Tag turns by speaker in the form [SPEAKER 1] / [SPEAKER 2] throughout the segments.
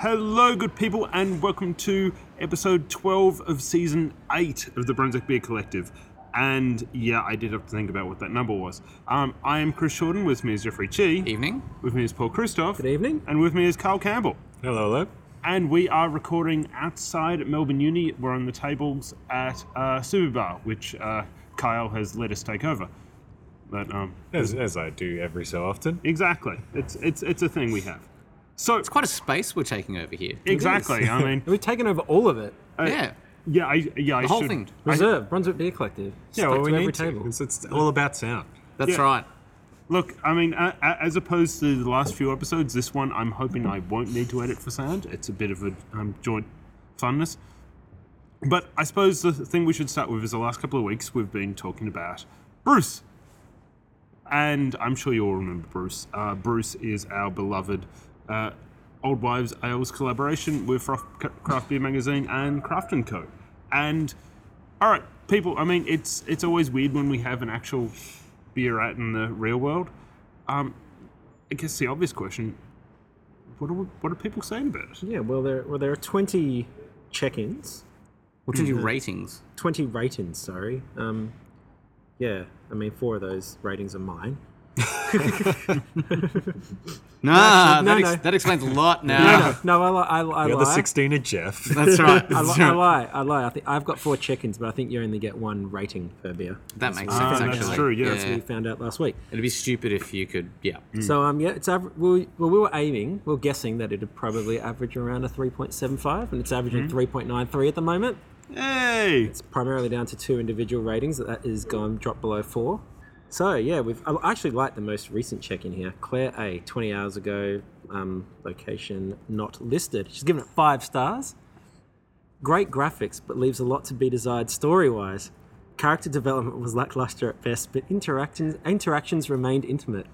[SPEAKER 1] Hello, good people, and welcome to episode 12 of season 8 of the Brunswick Beer Collective. And yeah, I did have to think about what that number was. Um, I am Chris Shorten, with me is Jeffrey Chi,
[SPEAKER 2] Evening.
[SPEAKER 1] with me is Paul Christoph,
[SPEAKER 3] Good evening.
[SPEAKER 1] and with me is Carl Campbell.
[SPEAKER 3] Hello, hello.
[SPEAKER 1] And we are recording outside Melbourne Uni. We're on the tables at uh, Super Bar, which uh, Kyle has let us take over. But um,
[SPEAKER 3] As,
[SPEAKER 4] Mm-hmm.
[SPEAKER 3] as I do every so often.
[SPEAKER 1] exactly, it's, it's, it's a thing we have. So,
[SPEAKER 2] It's quite a space we're taking over here.
[SPEAKER 1] exactly, I mean,
[SPEAKER 3] We've taken over all of it.
[SPEAKER 2] yeah.
[SPEAKER 1] yeah, I, yeah, I
[SPEAKER 2] The whole
[SPEAKER 1] should-
[SPEAKER 2] thing.
[SPEAKER 3] Reserve, Brunswick Beer Collective.
[SPEAKER 4] Yeah,
[SPEAKER 3] Stuck
[SPEAKER 4] well, we
[SPEAKER 3] to every
[SPEAKER 4] need to.
[SPEAKER 3] table.
[SPEAKER 4] It's, it's all about sound.
[SPEAKER 2] That's
[SPEAKER 1] Yeah.
[SPEAKER 2] right.
[SPEAKER 1] Look, I mean, a- a- as opposed to the last few episodes, this one I'm hoping I won't need to edit for sound. It's a bit of a um, joint funness. But I suppose the thing we should start with is the last couple of weeks we've been talking about Bruce. And I'm sure you all remember Bruce. Uh, Bruce is our beloved uh, Old Wives Ales collaboration with Froth- Craft Beer Magazine and Craft & Co. And all right, people. I mean, it's it's always weird when we have an actual beer out in the real world. Um, I guess the obvious question: what are we- what are people saying about it?
[SPEAKER 3] Yeah, well, there well there are 20 check-ins,
[SPEAKER 2] We'll do
[SPEAKER 1] Mm-hmm.
[SPEAKER 2] ratings.
[SPEAKER 3] 20 ratings. Sorry. Um, yeah, I mean, four of those ratings are mine.
[SPEAKER 2] Nah,
[SPEAKER 3] no,
[SPEAKER 2] that, ex-
[SPEAKER 3] no.
[SPEAKER 2] that explains a lot
[SPEAKER 3] No,
[SPEAKER 2] now.
[SPEAKER 3] no, no, I, li- I, li- I
[SPEAKER 4] The
[SPEAKER 3] lie.
[SPEAKER 4] other 16 are Jeff.
[SPEAKER 2] That's right.
[SPEAKER 3] I,
[SPEAKER 2] That's
[SPEAKER 3] li- I
[SPEAKER 2] right.
[SPEAKER 3] lie. I lie. I think I've got four check-ins, but I think you only get one rating per beer.
[SPEAKER 2] That makes
[SPEAKER 3] what-
[SPEAKER 2] sense,
[SPEAKER 1] Ah,
[SPEAKER 2] actually.
[SPEAKER 1] that's true, Mm. yeah.
[SPEAKER 3] Oh, That's what we found out last week.
[SPEAKER 2] It'd be stupid if you could, yeah.
[SPEAKER 3] So um, yeah, it's aver- well, well, we were aiming, we were guessing that it'd probably average around a 3.75, and it's averaging 3.93 at the moment.
[SPEAKER 1] Hey,
[SPEAKER 3] It's primarily down to two individual ratings that, that is gone dropped below four. So yeah, we've I actually like the most recent check in here. Claire A, 20 hours ago, um, location not listed. She's given it five stars. Great graphics, but leaves a lot to be desired story wise. Character development was lackluster at best, but interactions interactions remained intimate.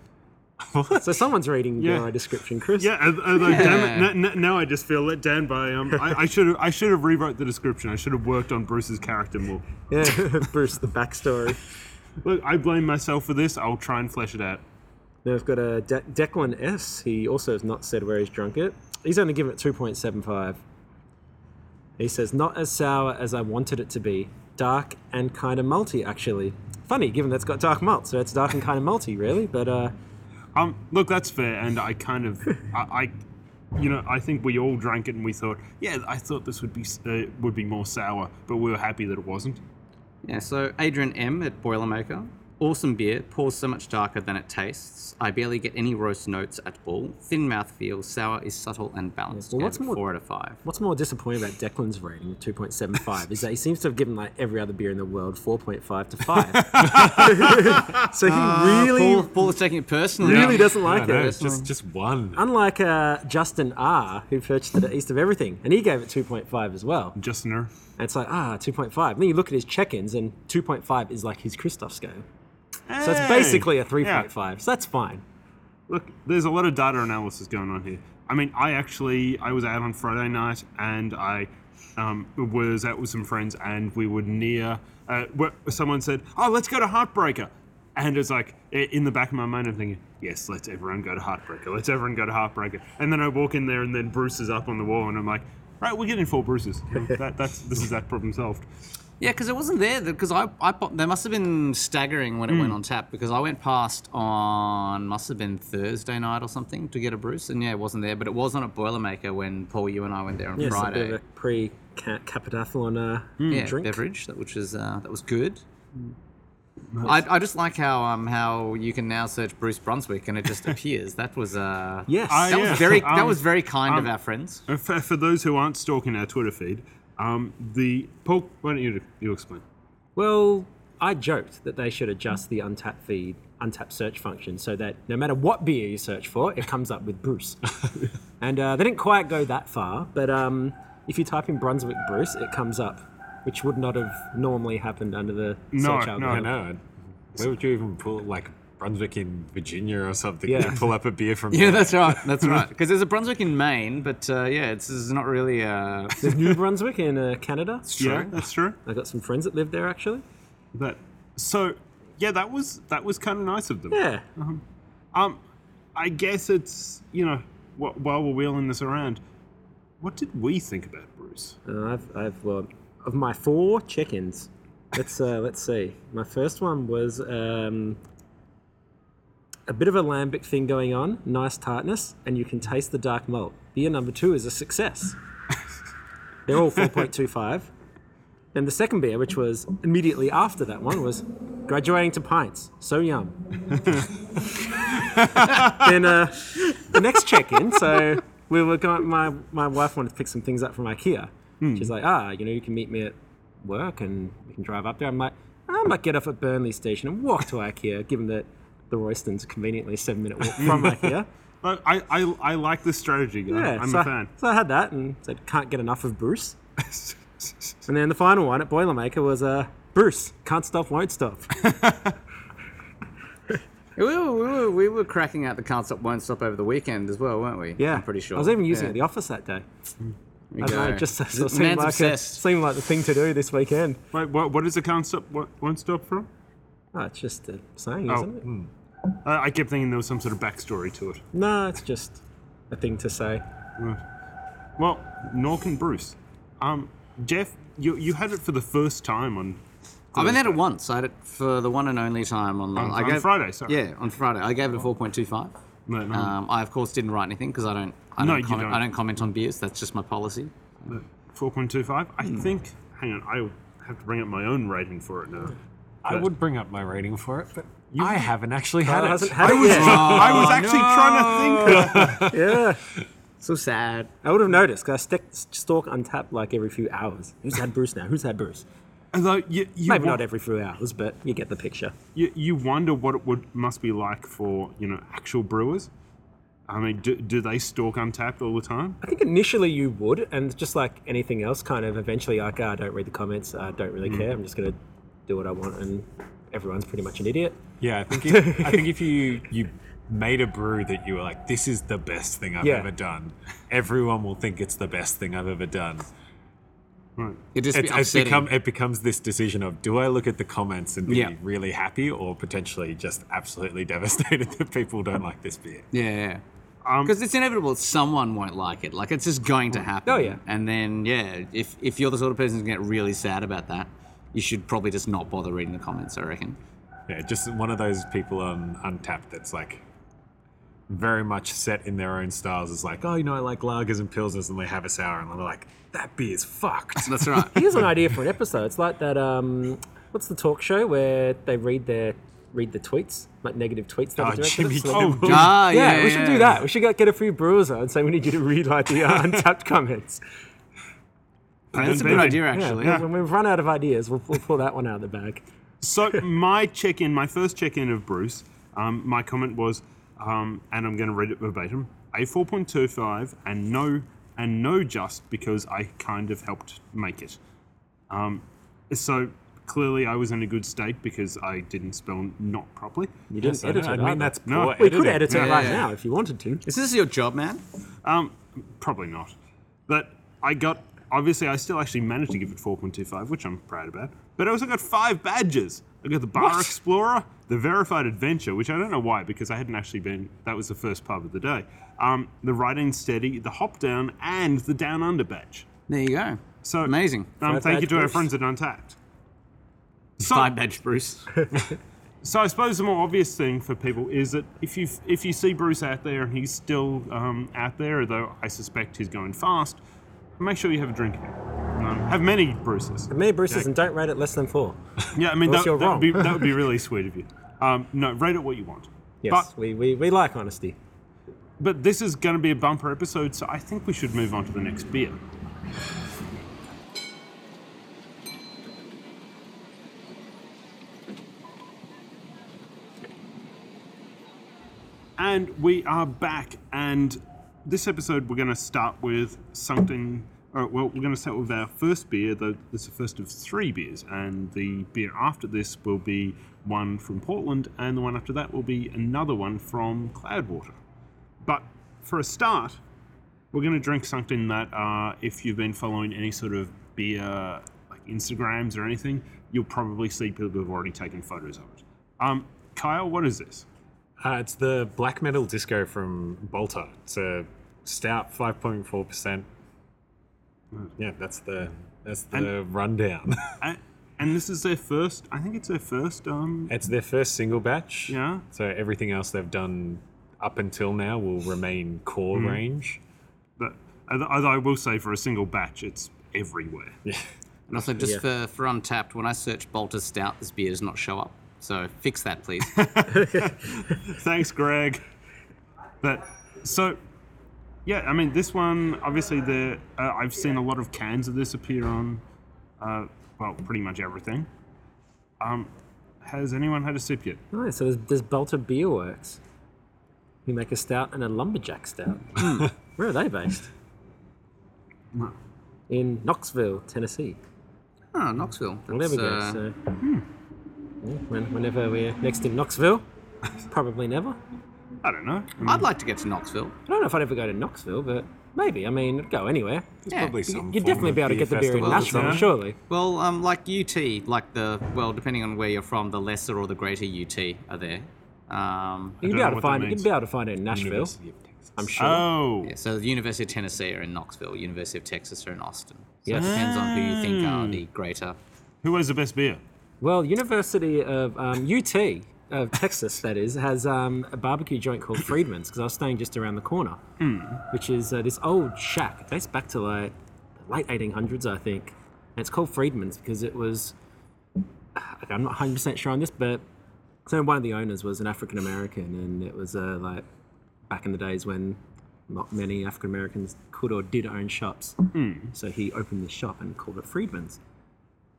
[SPEAKER 3] So someone's reading
[SPEAKER 1] Yeah.
[SPEAKER 3] your description, Chris.
[SPEAKER 1] yeah. al- Although, damn it, n- n- now I just feel let down by. Um, I, I should have I should have rewrote the description. I should have worked on Bruce's character more.
[SPEAKER 3] yeah. Bruce, the backstory.
[SPEAKER 1] Look, I blame myself for this. I'll try and flesh it out.
[SPEAKER 3] Now we've got a De- Declan S. He also has not said where he's drunk it. He's only given it 2.75. He says, not as sour as I wanted it to be. Dark and kind of malty, actually. Funny, given that's got dark malt, so it's dark and kind of malty, really. But uh,
[SPEAKER 1] Um, look, that's fair, and I kind of, I, I, you know, I think we all drank it and we thought, yeah, I thought this would be s- uh, would be more sour, but we were happy that it wasn't.
[SPEAKER 2] Yeah, so Adrian M at Boilermaker. Awesome beer, pours so much darker than it tastes. I barely get any roast notes at all. Thin mouthfeel, sour is subtle and balanced.
[SPEAKER 3] well, what's
[SPEAKER 2] Gave it
[SPEAKER 3] more-
[SPEAKER 2] Four out of five.
[SPEAKER 3] what's more disappointing about Declan's rating of 2.75 is that he seems to have given like every other beer in the world 4.5 to 5. so he really,
[SPEAKER 2] Paul, Paul is taking it personally.
[SPEAKER 3] really doesn't like
[SPEAKER 4] I know,
[SPEAKER 3] it.
[SPEAKER 4] just, just one.
[SPEAKER 3] Unlike uh, Justin R, who purchased it at East of Everything, and he gave it 2.5 as well. And
[SPEAKER 1] Just no.
[SPEAKER 3] it's like, ah, 2.5. And then you look at his check ins, and 2.5 is like his Christoph scale. So it's basically a 3.5. So that's fine.
[SPEAKER 1] Look, there's a lot of data analysis going on here. I mean, I actually I was out on Friday night and I um, was out with some friends and we were near. Uh, where someone said, "Oh, let's go to Heartbreaker," and it's like i- in the back of my mind, I'm thinking, "Yes, let's everyone go to Heartbreaker. Let's everyone go to Heartbreaker." And then I walk in there and then Bruce is up on the wall and I'm like, "Right, we're getting four Bruces. that, that's this is that problem solved."
[SPEAKER 2] Yeah, because it wasn't there. Because I, I popped, there must have been staggering when it
[SPEAKER 3] Hmm.
[SPEAKER 2] went on tap. Because I went past on must have been Thursday night or something to get a Bruce, and yeah, it wasn't there. But it was on at Boilermaker when Paul, you and I went there on
[SPEAKER 3] Yeah, it's a bit
[SPEAKER 2] Friday.
[SPEAKER 3] of a pre capitathlon uh,
[SPEAKER 2] yeah,
[SPEAKER 3] drink. Hmm.
[SPEAKER 2] beverage that which is uh, that was good. I, I just like how um how you can now search Bruce Brunswick and it just appears. That was uh
[SPEAKER 3] Yes.
[SPEAKER 1] I-
[SPEAKER 2] that
[SPEAKER 1] yeah.
[SPEAKER 2] was very that
[SPEAKER 1] Um,
[SPEAKER 2] was very kind of our friends.
[SPEAKER 1] And For, for those who aren't stalking our Twitter feed, um, the Paul, why don't you you explain?
[SPEAKER 3] Well, I joked that they should adjust the untapped feed, untapped search function so that no matter what beer you search for, it comes up with Bruce. and uh, they didn't quite go that far, but um, if you type in Brunswick Bruce, it comes up, which would not have normally happened under the
[SPEAKER 1] No,
[SPEAKER 3] search
[SPEAKER 1] no,
[SPEAKER 3] algorithm.
[SPEAKER 4] I know. Where would you even pull, like, Brunswick in Virginia or something?
[SPEAKER 3] Yeah.
[SPEAKER 4] to pull up a beer from
[SPEAKER 2] Yeah,
[SPEAKER 4] there?
[SPEAKER 2] that's right. That's right. Because there's a Brunswick in Maine, but uh, yeah, it's, it's not really uh,
[SPEAKER 3] There's New Brunswick in uh, Canada.
[SPEAKER 1] Yeah, that's true.
[SPEAKER 3] I got some friends that live there actually.
[SPEAKER 1] That so yeah, that was that was kind of nice of them.
[SPEAKER 3] Yeah.
[SPEAKER 1] Um, I guess it's you know wh- while we're wheeling this around, What did we think about Bruce?
[SPEAKER 3] Uh, I've, I've well, of my four check-ins. Let's uh, let's see. My first one was um, a bit of a lambic thing going on. Nice tartness, and you can taste the dark malt. Beer number two is a success. They're all four point two five. Then the second beer, which was immediately after that one, was graduating to pints. So yum. then uh, the next check-in. So we were going. My my wife wanted to pick some things up from IKEA.
[SPEAKER 2] Hmm.
[SPEAKER 3] She's like, ah, you know, you can meet me at work and we can drive up there. I'm like, "Ah, I might get off at Burnley Station and walk to IKEA, given that the Royston's conveniently a seven-minute walk from IKEA.
[SPEAKER 1] I, I, I, I like this strategy, guy.
[SPEAKER 3] Yeah,
[SPEAKER 1] I'm
[SPEAKER 3] so,
[SPEAKER 1] a fan.
[SPEAKER 3] so I had that and said, can't get enough of Bruce. And then the final one at Boilermaker was uh, Bruce, can't stop, won't stop.
[SPEAKER 2] We were, we, were, we were cracking out the can't stop, won't stop over the weekend as well, weren't we?
[SPEAKER 3] Yeah,
[SPEAKER 2] I'm pretty sure.
[SPEAKER 3] I was even using it
[SPEAKER 2] Yeah.
[SPEAKER 3] at the office that day.
[SPEAKER 2] There you
[SPEAKER 3] I don't know,
[SPEAKER 2] go.
[SPEAKER 3] it just sort of
[SPEAKER 2] Man's
[SPEAKER 3] seemed like, a,
[SPEAKER 2] obsessed.
[SPEAKER 3] seemed like the thing to do this weekend.
[SPEAKER 1] Wait, what, what is the concept? What, won't stop from?
[SPEAKER 3] Oh, it's just a saying, isn't it?
[SPEAKER 1] Uh, I kept thinking there was some sort of backstory to it.
[SPEAKER 3] No, it's just a thing to say.
[SPEAKER 1] Well, Nork and Bruce. Um, Jeff, you, you had it for the first time on.
[SPEAKER 2] I've been at it once. I had it for the one and only time on, the,
[SPEAKER 1] On-
[SPEAKER 2] I
[SPEAKER 1] on
[SPEAKER 2] gave-
[SPEAKER 1] Friday, sorry.
[SPEAKER 2] Yeah, on Friday. I gave it a 4.25.
[SPEAKER 1] No, no.
[SPEAKER 2] Um, I, of course, didn't write anything because I don't. I
[SPEAKER 1] No,
[SPEAKER 2] don't,
[SPEAKER 1] you
[SPEAKER 2] comment,
[SPEAKER 1] don't.
[SPEAKER 2] I don't comment on beers. That's just my policy.
[SPEAKER 1] 4.25. I
[SPEAKER 3] Hmm.
[SPEAKER 1] think. Hang on, I have to bring up my own rating for it now.
[SPEAKER 4] I would bring up my rating for it, but I haven't actually had
[SPEAKER 3] I
[SPEAKER 4] it.
[SPEAKER 3] hasn't had it yet.
[SPEAKER 1] I was actually trying to think.
[SPEAKER 3] yeah.
[SPEAKER 2] So sad.
[SPEAKER 3] I would have noticed because I stick, stalk untapped like every few hours. Who's had Bruce now? Who's had Bruce?
[SPEAKER 1] Although you, you,
[SPEAKER 3] Maybe
[SPEAKER 1] wa-
[SPEAKER 3] not every few hours, but you get the picture.
[SPEAKER 1] you, you wonder what it would must be like for you know actual brewers. I mean, do, do they stalk untapped all the time?
[SPEAKER 3] I think initially you would, and just like anything else, kind of eventually, like, ah, I don't read the comments, I don't really care, I'm just going to do what I want, and everyone's pretty much an idiot.
[SPEAKER 4] Yeah, I think if, I think if you you made a brew that you were like, this is the best thing I've
[SPEAKER 3] Yeah.
[SPEAKER 4] ever done, everyone will think it's the best thing I've ever done.
[SPEAKER 1] Right.
[SPEAKER 2] It just
[SPEAKER 4] It's,
[SPEAKER 2] be
[SPEAKER 4] it's
[SPEAKER 2] upsetting.
[SPEAKER 4] become it becomes this decision of do I look at the comments and be
[SPEAKER 2] Yeah.
[SPEAKER 4] really happy or potentially just absolutely devastated that people don't like this beer.
[SPEAKER 2] yeah, yeah.
[SPEAKER 3] Um,
[SPEAKER 2] Because it's inevitable. Someone won't like it. Like it's just going to happen.
[SPEAKER 3] Oh, yeah.
[SPEAKER 2] And then yeah, if if you're the sort of person who's gonna get really sad about that, you should probably just not bother reading the comments. I reckon.
[SPEAKER 4] Yeah, just one of those people on Untapped that's like very much set in their own styles. It's like, oh, you know, I like lagers and pilsners, and they have a sour, and they're like, that beer's fucked.
[SPEAKER 2] That's right.
[SPEAKER 3] Here's an idea for an episode. It's like that, um, what's the talk show where they read their read the tweets, like negative tweets that
[SPEAKER 4] Oh,
[SPEAKER 3] are directed
[SPEAKER 4] Jimmy
[SPEAKER 3] at us?
[SPEAKER 4] Kimmel.
[SPEAKER 2] ah, yeah,
[SPEAKER 3] yeah, we should do
[SPEAKER 2] yeah.
[SPEAKER 3] that. We should get, get a few brewers on and say we need you to read like the uh, untapped comments.
[SPEAKER 2] That's a good idea, actually.
[SPEAKER 3] When we run out of ideas, we'll, we'll pull that one out of the bag.
[SPEAKER 1] So my check-in, my first check-in of Bruce, um, my comment was, um, and I'm going to read it verbatim: a 4.25, and no, and no, just because I kind of helped make it. Um, so clearly, I was in a good state because I didn't spell not properly.
[SPEAKER 3] You didn't
[SPEAKER 4] I,
[SPEAKER 3] edit
[SPEAKER 4] know, I
[SPEAKER 3] it.
[SPEAKER 4] mean,
[SPEAKER 3] either.
[SPEAKER 4] that's poor
[SPEAKER 1] No.
[SPEAKER 3] we
[SPEAKER 4] editing.
[SPEAKER 3] could edit it
[SPEAKER 2] Yeah,
[SPEAKER 3] right
[SPEAKER 2] yeah.
[SPEAKER 3] now if you wanted to.
[SPEAKER 2] Is this your job, man?
[SPEAKER 1] Um, probably not. But I got obviously I still actually managed to give it 4.25, which I'm proud about. But I also got five badges. I got the Bar Explorer, the Verified Adventure, which I don't know why because I hadn't actually been. That was the first pub of the day. Um, the Riding Steady, the Hop Down, and the Down Under badge.
[SPEAKER 2] There you go.
[SPEAKER 1] So
[SPEAKER 2] Amazing.
[SPEAKER 1] Um,
[SPEAKER 3] Five
[SPEAKER 1] thank you to our
[SPEAKER 3] badges.
[SPEAKER 1] friends at Untapped. So,
[SPEAKER 2] Five badge, Bruce.
[SPEAKER 1] so I suppose the more obvious thing for people is that if you if you see Bruce out there and he's still um, out there, although I suspect he's going fast, make sure you have a drink. Um, have many Bruces.
[SPEAKER 3] Many Bruce's and don't rate it less than four.
[SPEAKER 1] Yeah, I mean
[SPEAKER 3] Unless
[SPEAKER 1] that,
[SPEAKER 3] you're
[SPEAKER 1] that would be
[SPEAKER 3] wrong.
[SPEAKER 1] that would be really sweet of you. Um, no, rate it what you want.
[SPEAKER 3] Yes,
[SPEAKER 1] But
[SPEAKER 3] we, we, we like honesty.
[SPEAKER 1] but this is going to be a bumper episode, so I think we should move on to the next beer. And we are back, and this episode we're going to start with something. Or, well, we're going to start with our first beer, though this is the first of three beers, and the beer after this will be one from Portland, and the one after that will be another one from Cloudwater. But for a start, we're going to drink something that, uh, if you've been following any sort of beer like Instagrams or anything, you'll probably see people who've already taken photos of it. Um, Kyle, what is this?
[SPEAKER 4] Uh, it's the black metal disco from Bolter. It's a stout, five point four percent. Yeah, that's the that's the rundown.
[SPEAKER 1] A- and this is their first. I think it's their first. Um,
[SPEAKER 4] it's their first single batch.
[SPEAKER 1] Yeah.
[SPEAKER 4] So everything else they've done up until now will remain core range.
[SPEAKER 1] but although I will say, for a single batch, it's everywhere.
[SPEAKER 2] And also, just
[SPEAKER 3] Yeah.
[SPEAKER 2] for, for Untapped, when I search Bolter Stout, this beer does not show up. So fix that, please.
[SPEAKER 1] Thanks, Greg. But so, yeah, I mean, this one obviously the uh, I've seen a lot of cans of this appear on, uh, well, pretty much everything. Um, has anyone had a sip yet?
[SPEAKER 3] Nice. So there's, there's Belter Beer Works. We make a stout and a lumberjack stout.
[SPEAKER 2] Hmm.
[SPEAKER 3] Where are they based?
[SPEAKER 1] No.
[SPEAKER 3] In Knoxville, Tennessee.
[SPEAKER 2] oh, Knoxville.
[SPEAKER 3] Well, there
[SPEAKER 2] That's,
[SPEAKER 3] we go.
[SPEAKER 2] uh,
[SPEAKER 3] So, yeah, when, whenever we're next in Knoxville, probably never. I
[SPEAKER 1] I don't know. I mean,
[SPEAKER 2] I'd like to get to Knoxville.
[SPEAKER 3] don't know if I'd ever go to Knoxville, but maybe. I mean, it'd go anywhere.
[SPEAKER 2] Yeah.
[SPEAKER 4] Probably
[SPEAKER 2] you-
[SPEAKER 4] some
[SPEAKER 3] You'd
[SPEAKER 4] form
[SPEAKER 3] definitely
[SPEAKER 4] of
[SPEAKER 3] be able to get the beer in
[SPEAKER 4] festival or
[SPEAKER 3] Nashville,
[SPEAKER 4] something.
[SPEAKER 3] surely.
[SPEAKER 2] Well, um, like UT, like the well, depending on where you're from, the lesser or the greater UT are there. Um,
[SPEAKER 1] don't
[SPEAKER 3] You'd
[SPEAKER 1] know
[SPEAKER 3] be able to
[SPEAKER 1] what that
[SPEAKER 3] find it.
[SPEAKER 1] means.
[SPEAKER 3] You'd be able to find it in Nashville.
[SPEAKER 4] University of Texas.
[SPEAKER 3] I'm sure.
[SPEAKER 1] oh,
[SPEAKER 2] yeah, so the University of Tennessee are in Knoxville, University of Texas are in Austin. So
[SPEAKER 3] Yes.
[SPEAKER 2] it depends on who you think
[SPEAKER 3] Mm.
[SPEAKER 2] are the greater.
[SPEAKER 1] who has the best beer?
[SPEAKER 3] Well, University of um, UT of Texas, that is, has um, a barbecue joint called Friedman's because I was staying just around the corner, which is uh, this old shack. It dates back to like the late 1800s, I think, and it's called Friedman's because it was. uh, okay, I'm not 100 percent sure on this, but so one of the owners was an African American, and it was uh, like back in the days when not many African Americans could or did own shops. So he opened this shop and called it Friedman's.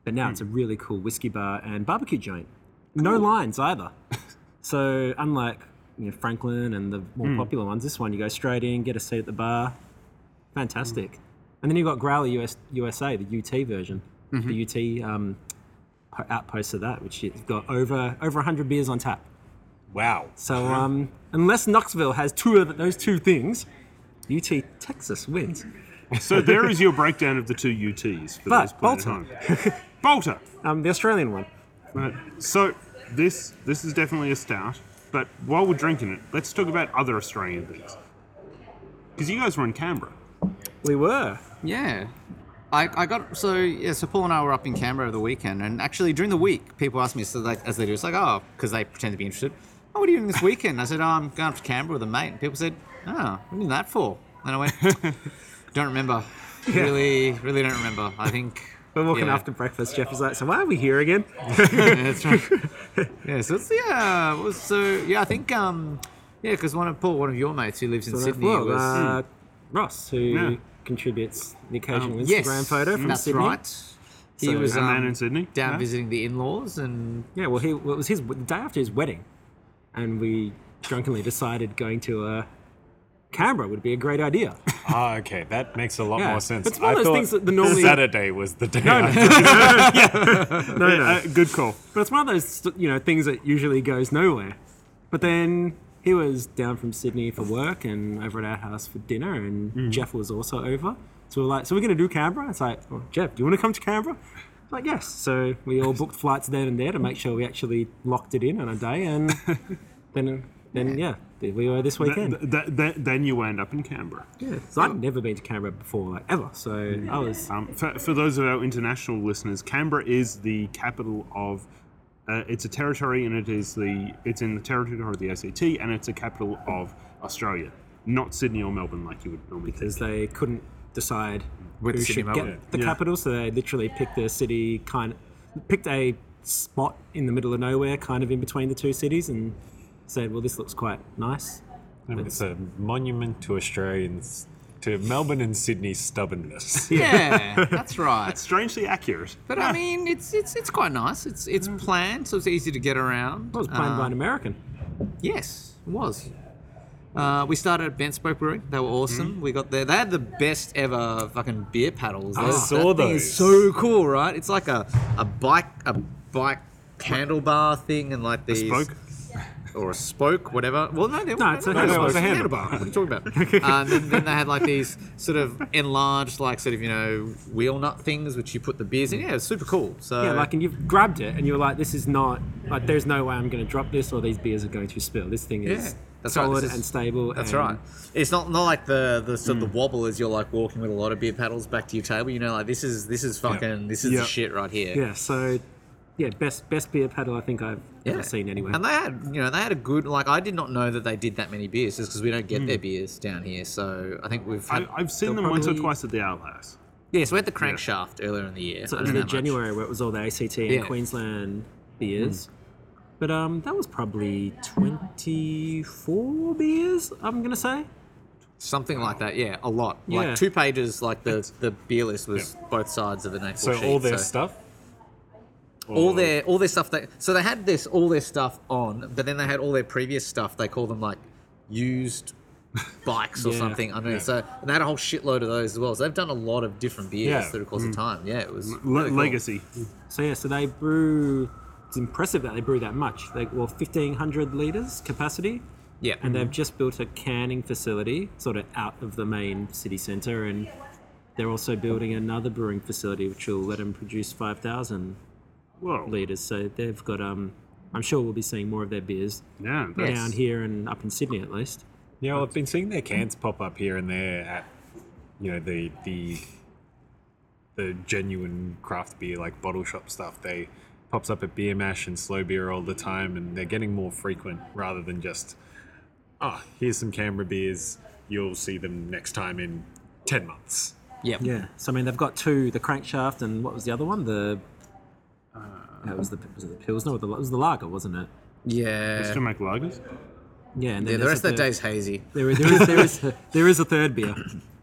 [SPEAKER 3] But now it's a really cool whiskey bar and barbecue joint. No lines either. so unlike you know, Franklin and the more popular ones, this one you go straight in, get a seat at the bar. Fantastic. And then you've got Growler US, USA, the UT version, the UT um, po- outpost of that, which has got over over 100 beers on tap.
[SPEAKER 4] Wow.
[SPEAKER 3] So um, unless Knoxville has two of those two things, UT Texas wins.
[SPEAKER 1] So there is your breakdown of the two UTs for
[SPEAKER 3] But
[SPEAKER 1] those playing at
[SPEAKER 3] Bolter.
[SPEAKER 1] home. Bolter.
[SPEAKER 3] Um, the Australian one.
[SPEAKER 1] Right. So this this is definitely a stout. But while we're drinking it, let's talk about other Australian things. Because you guys were in Canberra.
[SPEAKER 3] We were.
[SPEAKER 2] Yeah. I, I got so yeah so Paul and I were up in Canberra over the weekend and actually during the week people ask me so like as they do it's like oh because they pretend to be interested oh what are you doing this weekend I said oh, I'm going up to Canberra with a mate and people said oh what are you that for and I went don't remember really really don't remember I think
[SPEAKER 3] We're walking
[SPEAKER 2] yeah.
[SPEAKER 3] after breakfast. Jeff is like, "So why are we here again?"
[SPEAKER 2] yeah, that's right. yeah so it's, yeah it was- so yeah I think um yeah because one of Paul one of your mates who lives in Sydney
[SPEAKER 3] well,
[SPEAKER 2] was
[SPEAKER 3] uh, Ross, who
[SPEAKER 1] Yeah.
[SPEAKER 3] contributes the occasional
[SPEAKER 2] Mm.
[SPEAKER 3] Instagram
[SPEAKER 2] yes
[SPEAKER 3] photo from
[SPEAKER 2] that's
[SPEAKER 3] Sydney.
[SPEAKER 2] right he
[SPEAKER 3] So-
[SPEAKER 2] was
[SPEAKER 1] And
[SPEAKER 2] um,
[SPEAKER 1] then in Sydney.
[SPEAKER 2] down
[SPEAKER 1] yeah?
[SPEAKER 2] visiting the in-laws and
[SPEAKER 3] Yeah, well, he well, it was his the day after his wedding, and we drunkenly decided going to uh, Canberra would be a great idea.
[SPEAKER 4] Ah, okay. That makes a lot
[SPEAKER 3] Yeah.
[SPEAKER 4] more sense.
[SPEAKER 3] It's one of
[SPEAKER 4] I
[SPEAKER 3] those
[SPEAKER 4] thought
[SPEAKER 3] things that the normally-
[SPEAKER 4] Saturday was the day. I-
[SPEAKER 3] No, no,
[SPEAKER 1] Uh, good call.
[SPEAKER 3] But it's one of those you know things that usually goes nowhere. But then he was down from Sydney for work and over at our house for dinner, and Jeff was also over. So we're like, so we're gonna do Canberra. It's like, oh, Jeff, do you want to come to Canberra? It's Like yes. So we all booked flights then and there to make sure we actually locked it in on a day, and then then yeah, there we were this weekend.
[SPEAKER 1] Th- th- th- then you end up in Canberra.
[SPEAKER 3] yeah. Mm. So I'd never been to Canberra before, like ever. So I was
[SPEAKER 1] Um, for, for those of our international listeners, Canberra is the capital of. Uh, it's a territory, and it is the. It's in the territory of the ACT, and it's a capital of Australia, not Sydney or Melbourne, like you would normally think.
[SPEAKER 3] because they couldn't decide
[SPEAKER 2] With
[SPEAKER 3] who
[SPEAKER 2] the city
[SPEAKER 3] should
[SPEAKER 2] Melbourne.
[SPEAKER 3] get the
[SPEAKER 1] Yeah.
[SPEAKER 3] capital, so they literally picked a city kind of picked a spot in the middle of nowhere, kind of in between the two cities, and said, "Well, this looks quite nice."
[SPEAKER 4] It's a monument to Australians, to Melbourne and Sydney's stubbornness.
[SPEAKER 2] Yeah, that's right.
[SPEAKER 1] Strangely accurate.
[SPEAKER 2] But I mean, it's it's it's quite nice. It's it's planned, so it's easy to get around.
[SPEAKER 3] It was planned
[SPEAKER 2] Uh,
[SPEAKER 3] by an American.
[SPEAKER 2] Yes, it was. Uh, we started at Bent Spoke Brewing. They were awesome. We got there. They had the best ever fucking beer paddles. I
[SPEAKER 4] saw
[SPEAKER 2] that thing is so
[SPEAKER 4] those.
[SPEAKER 2] cool, right? It's like a, a bike a bike handlebar thing and like these
[SPEAKER 1] Spoke.
[SPEAKER 2] or a spoke, whatever. Well, no, they
[SPEAKER 3] No, it's a
[SPEAKER 2] no, no,
[SPEAKER 3] handlebar.
[SPEAKER 2] it's a
[SPEAKER 3] It's a
[SPEAKER 2] handlebar. What are you talking about? um, and then they had like these sort of enlarged, like sort of you know wheel nut things, which you put the beers in. Yeah, it's super cool. So
[SPEAKER 3] Yeah, like, and you've grabbed it, and you were like, "This is not like. There's no way I'm going to drop this, or these beers are going to spill. This thing is
[SPEAKER 2] That's right,
[SPEAKER 3] solid
[SPEAKER 2] this is-
[SPEAKER 3] and stable.
[SPEAKER 2] That's
[SPEAKER 3] and-
[SPEAKER 2] right. It's not not like the the sort of the wobble as you're like walking with a lot of beer paddles back to your table. You know, like this is this is fucking this is
[SPEAKER 4] Yeah.
[SPEAKER 2] the shit right here.
[SPEAKER 3] Yeah. So, yeah, best best beer paddle I think I've ever seen anywhere.
[SPEAKER 2] And they had, you know, they had a good like. I did not know that they did that many beers, just because we don't get
[SPEAKER 3] Mm.
[SPEAKER 2] their beers down here. So I think we've
[SPEAKER 1] I,
[SPEAKER 2] had,
[SPEAKER 1] I've seen
[SPEAKER 3] They'll
[SPEAKER 1] them once or
[SPEAKER 3] probably-
[SPEAKER 1] twice at the Outhouse.
[SPEAKER 2] yeah. So we had the crankshaft earlier in the year.
[SPEAKER 3] So
[SPEAKER 2] I
[SPEAKER 3] it
[SPEAKER 2] don't
[SPEAKER 3] was
[SPEAKER 2] know
[SPEAKER 3] the
[SPEAKER 2] how much.
[SPEAKER 3] January where it was all the ACT and
[SPEAKER 2] Yeah. Mm-hmm.
[SPEAKER 3] Queensland beers. But um, that was probably 24 beers, I'm going to say.
[SPEAKER 2] something like that. Yeah, a lot.
[SPEAKER 3] Yeah.
[SPEAKER 2] Like two pages. Like the the beer list was both sides of the A4
[SPEAKER 4] So
[SPEAKER 2] sheet.
[SPEAKER 4] all their
[SPEAKER 2] so-
[SPEAKER 4] stuff.
[SPEAKER 2] all
[SPEAKER 4] Or-
[SPEAKER 2] their all their stuff they so they had this all their stuff on but then they had all their previous stuff they call them like used bikes or
[SPEAKER 3] Yeah.
[SPEAKER 2] something under it.
[SPEAKER 4] Yeah.
[SPEAKER 2] so and they had a whole shitload of those as well so they've done a lot of different beers
[SPEAKER 4] Yeah.
[SPEAKER 2] through the course of time yeah it was
[SPEAKER 1] Le-
[SPEAKER 2] really cool.
[SPEAKER 1] Legacy.
[SPEAKER 3] So, yeah, so they brew. It's impressive that they brew that much. They, well, 1,500 litres capacity.
[SPEAKER 2] yeah
[SPEAKER 3] And they've just built a canning facility sort of out of the main city centre. And they're also building another brewing facility which will let them produce 5,000
[SPEAKER 1] Whoa.
[SPEAKER 3] litres. So they've got, um, I'm sure we'll be seeing more of their beers
[SPEAKER 1] Yeah. That's,
[SPEAKER 2] Yes.
[SPEAKER 3] down here and up in Sydney at least.
[SPEAKER 4] Yeah, well, I've been seeing their cans pop up here and there at, you know, the the the genuine craft beer like bottle shop stuff. They pops up at beer mash and slow beer all the time, and they're getting more frequent rather than just, ah, here's some Canberra beers. You'll see them next time in ten months.
[SPEAKER 2] yeah
[SPEAKER 3] Yeah. So I mean, they've got two: the crankshaft and what was the other one? The uh, that was the was it the pilsner? Or the, it was the lager, wasn't it?
[SPEAKER 2] yeah
[SPEAKER 1] Still make lagers?
[SPEAKER 3] Yeah. And then
[SPEAKER 2] yeah the
[SPEAKER 3] there's
[SPEAKER 2] rest
[SPEAKER 3] a
[SPEAKER 2] of that
[SPEAKER 3] third-
[SPEAKER 2] day's hazy
[SPEAKER 3] There is there is there is, there is a third beer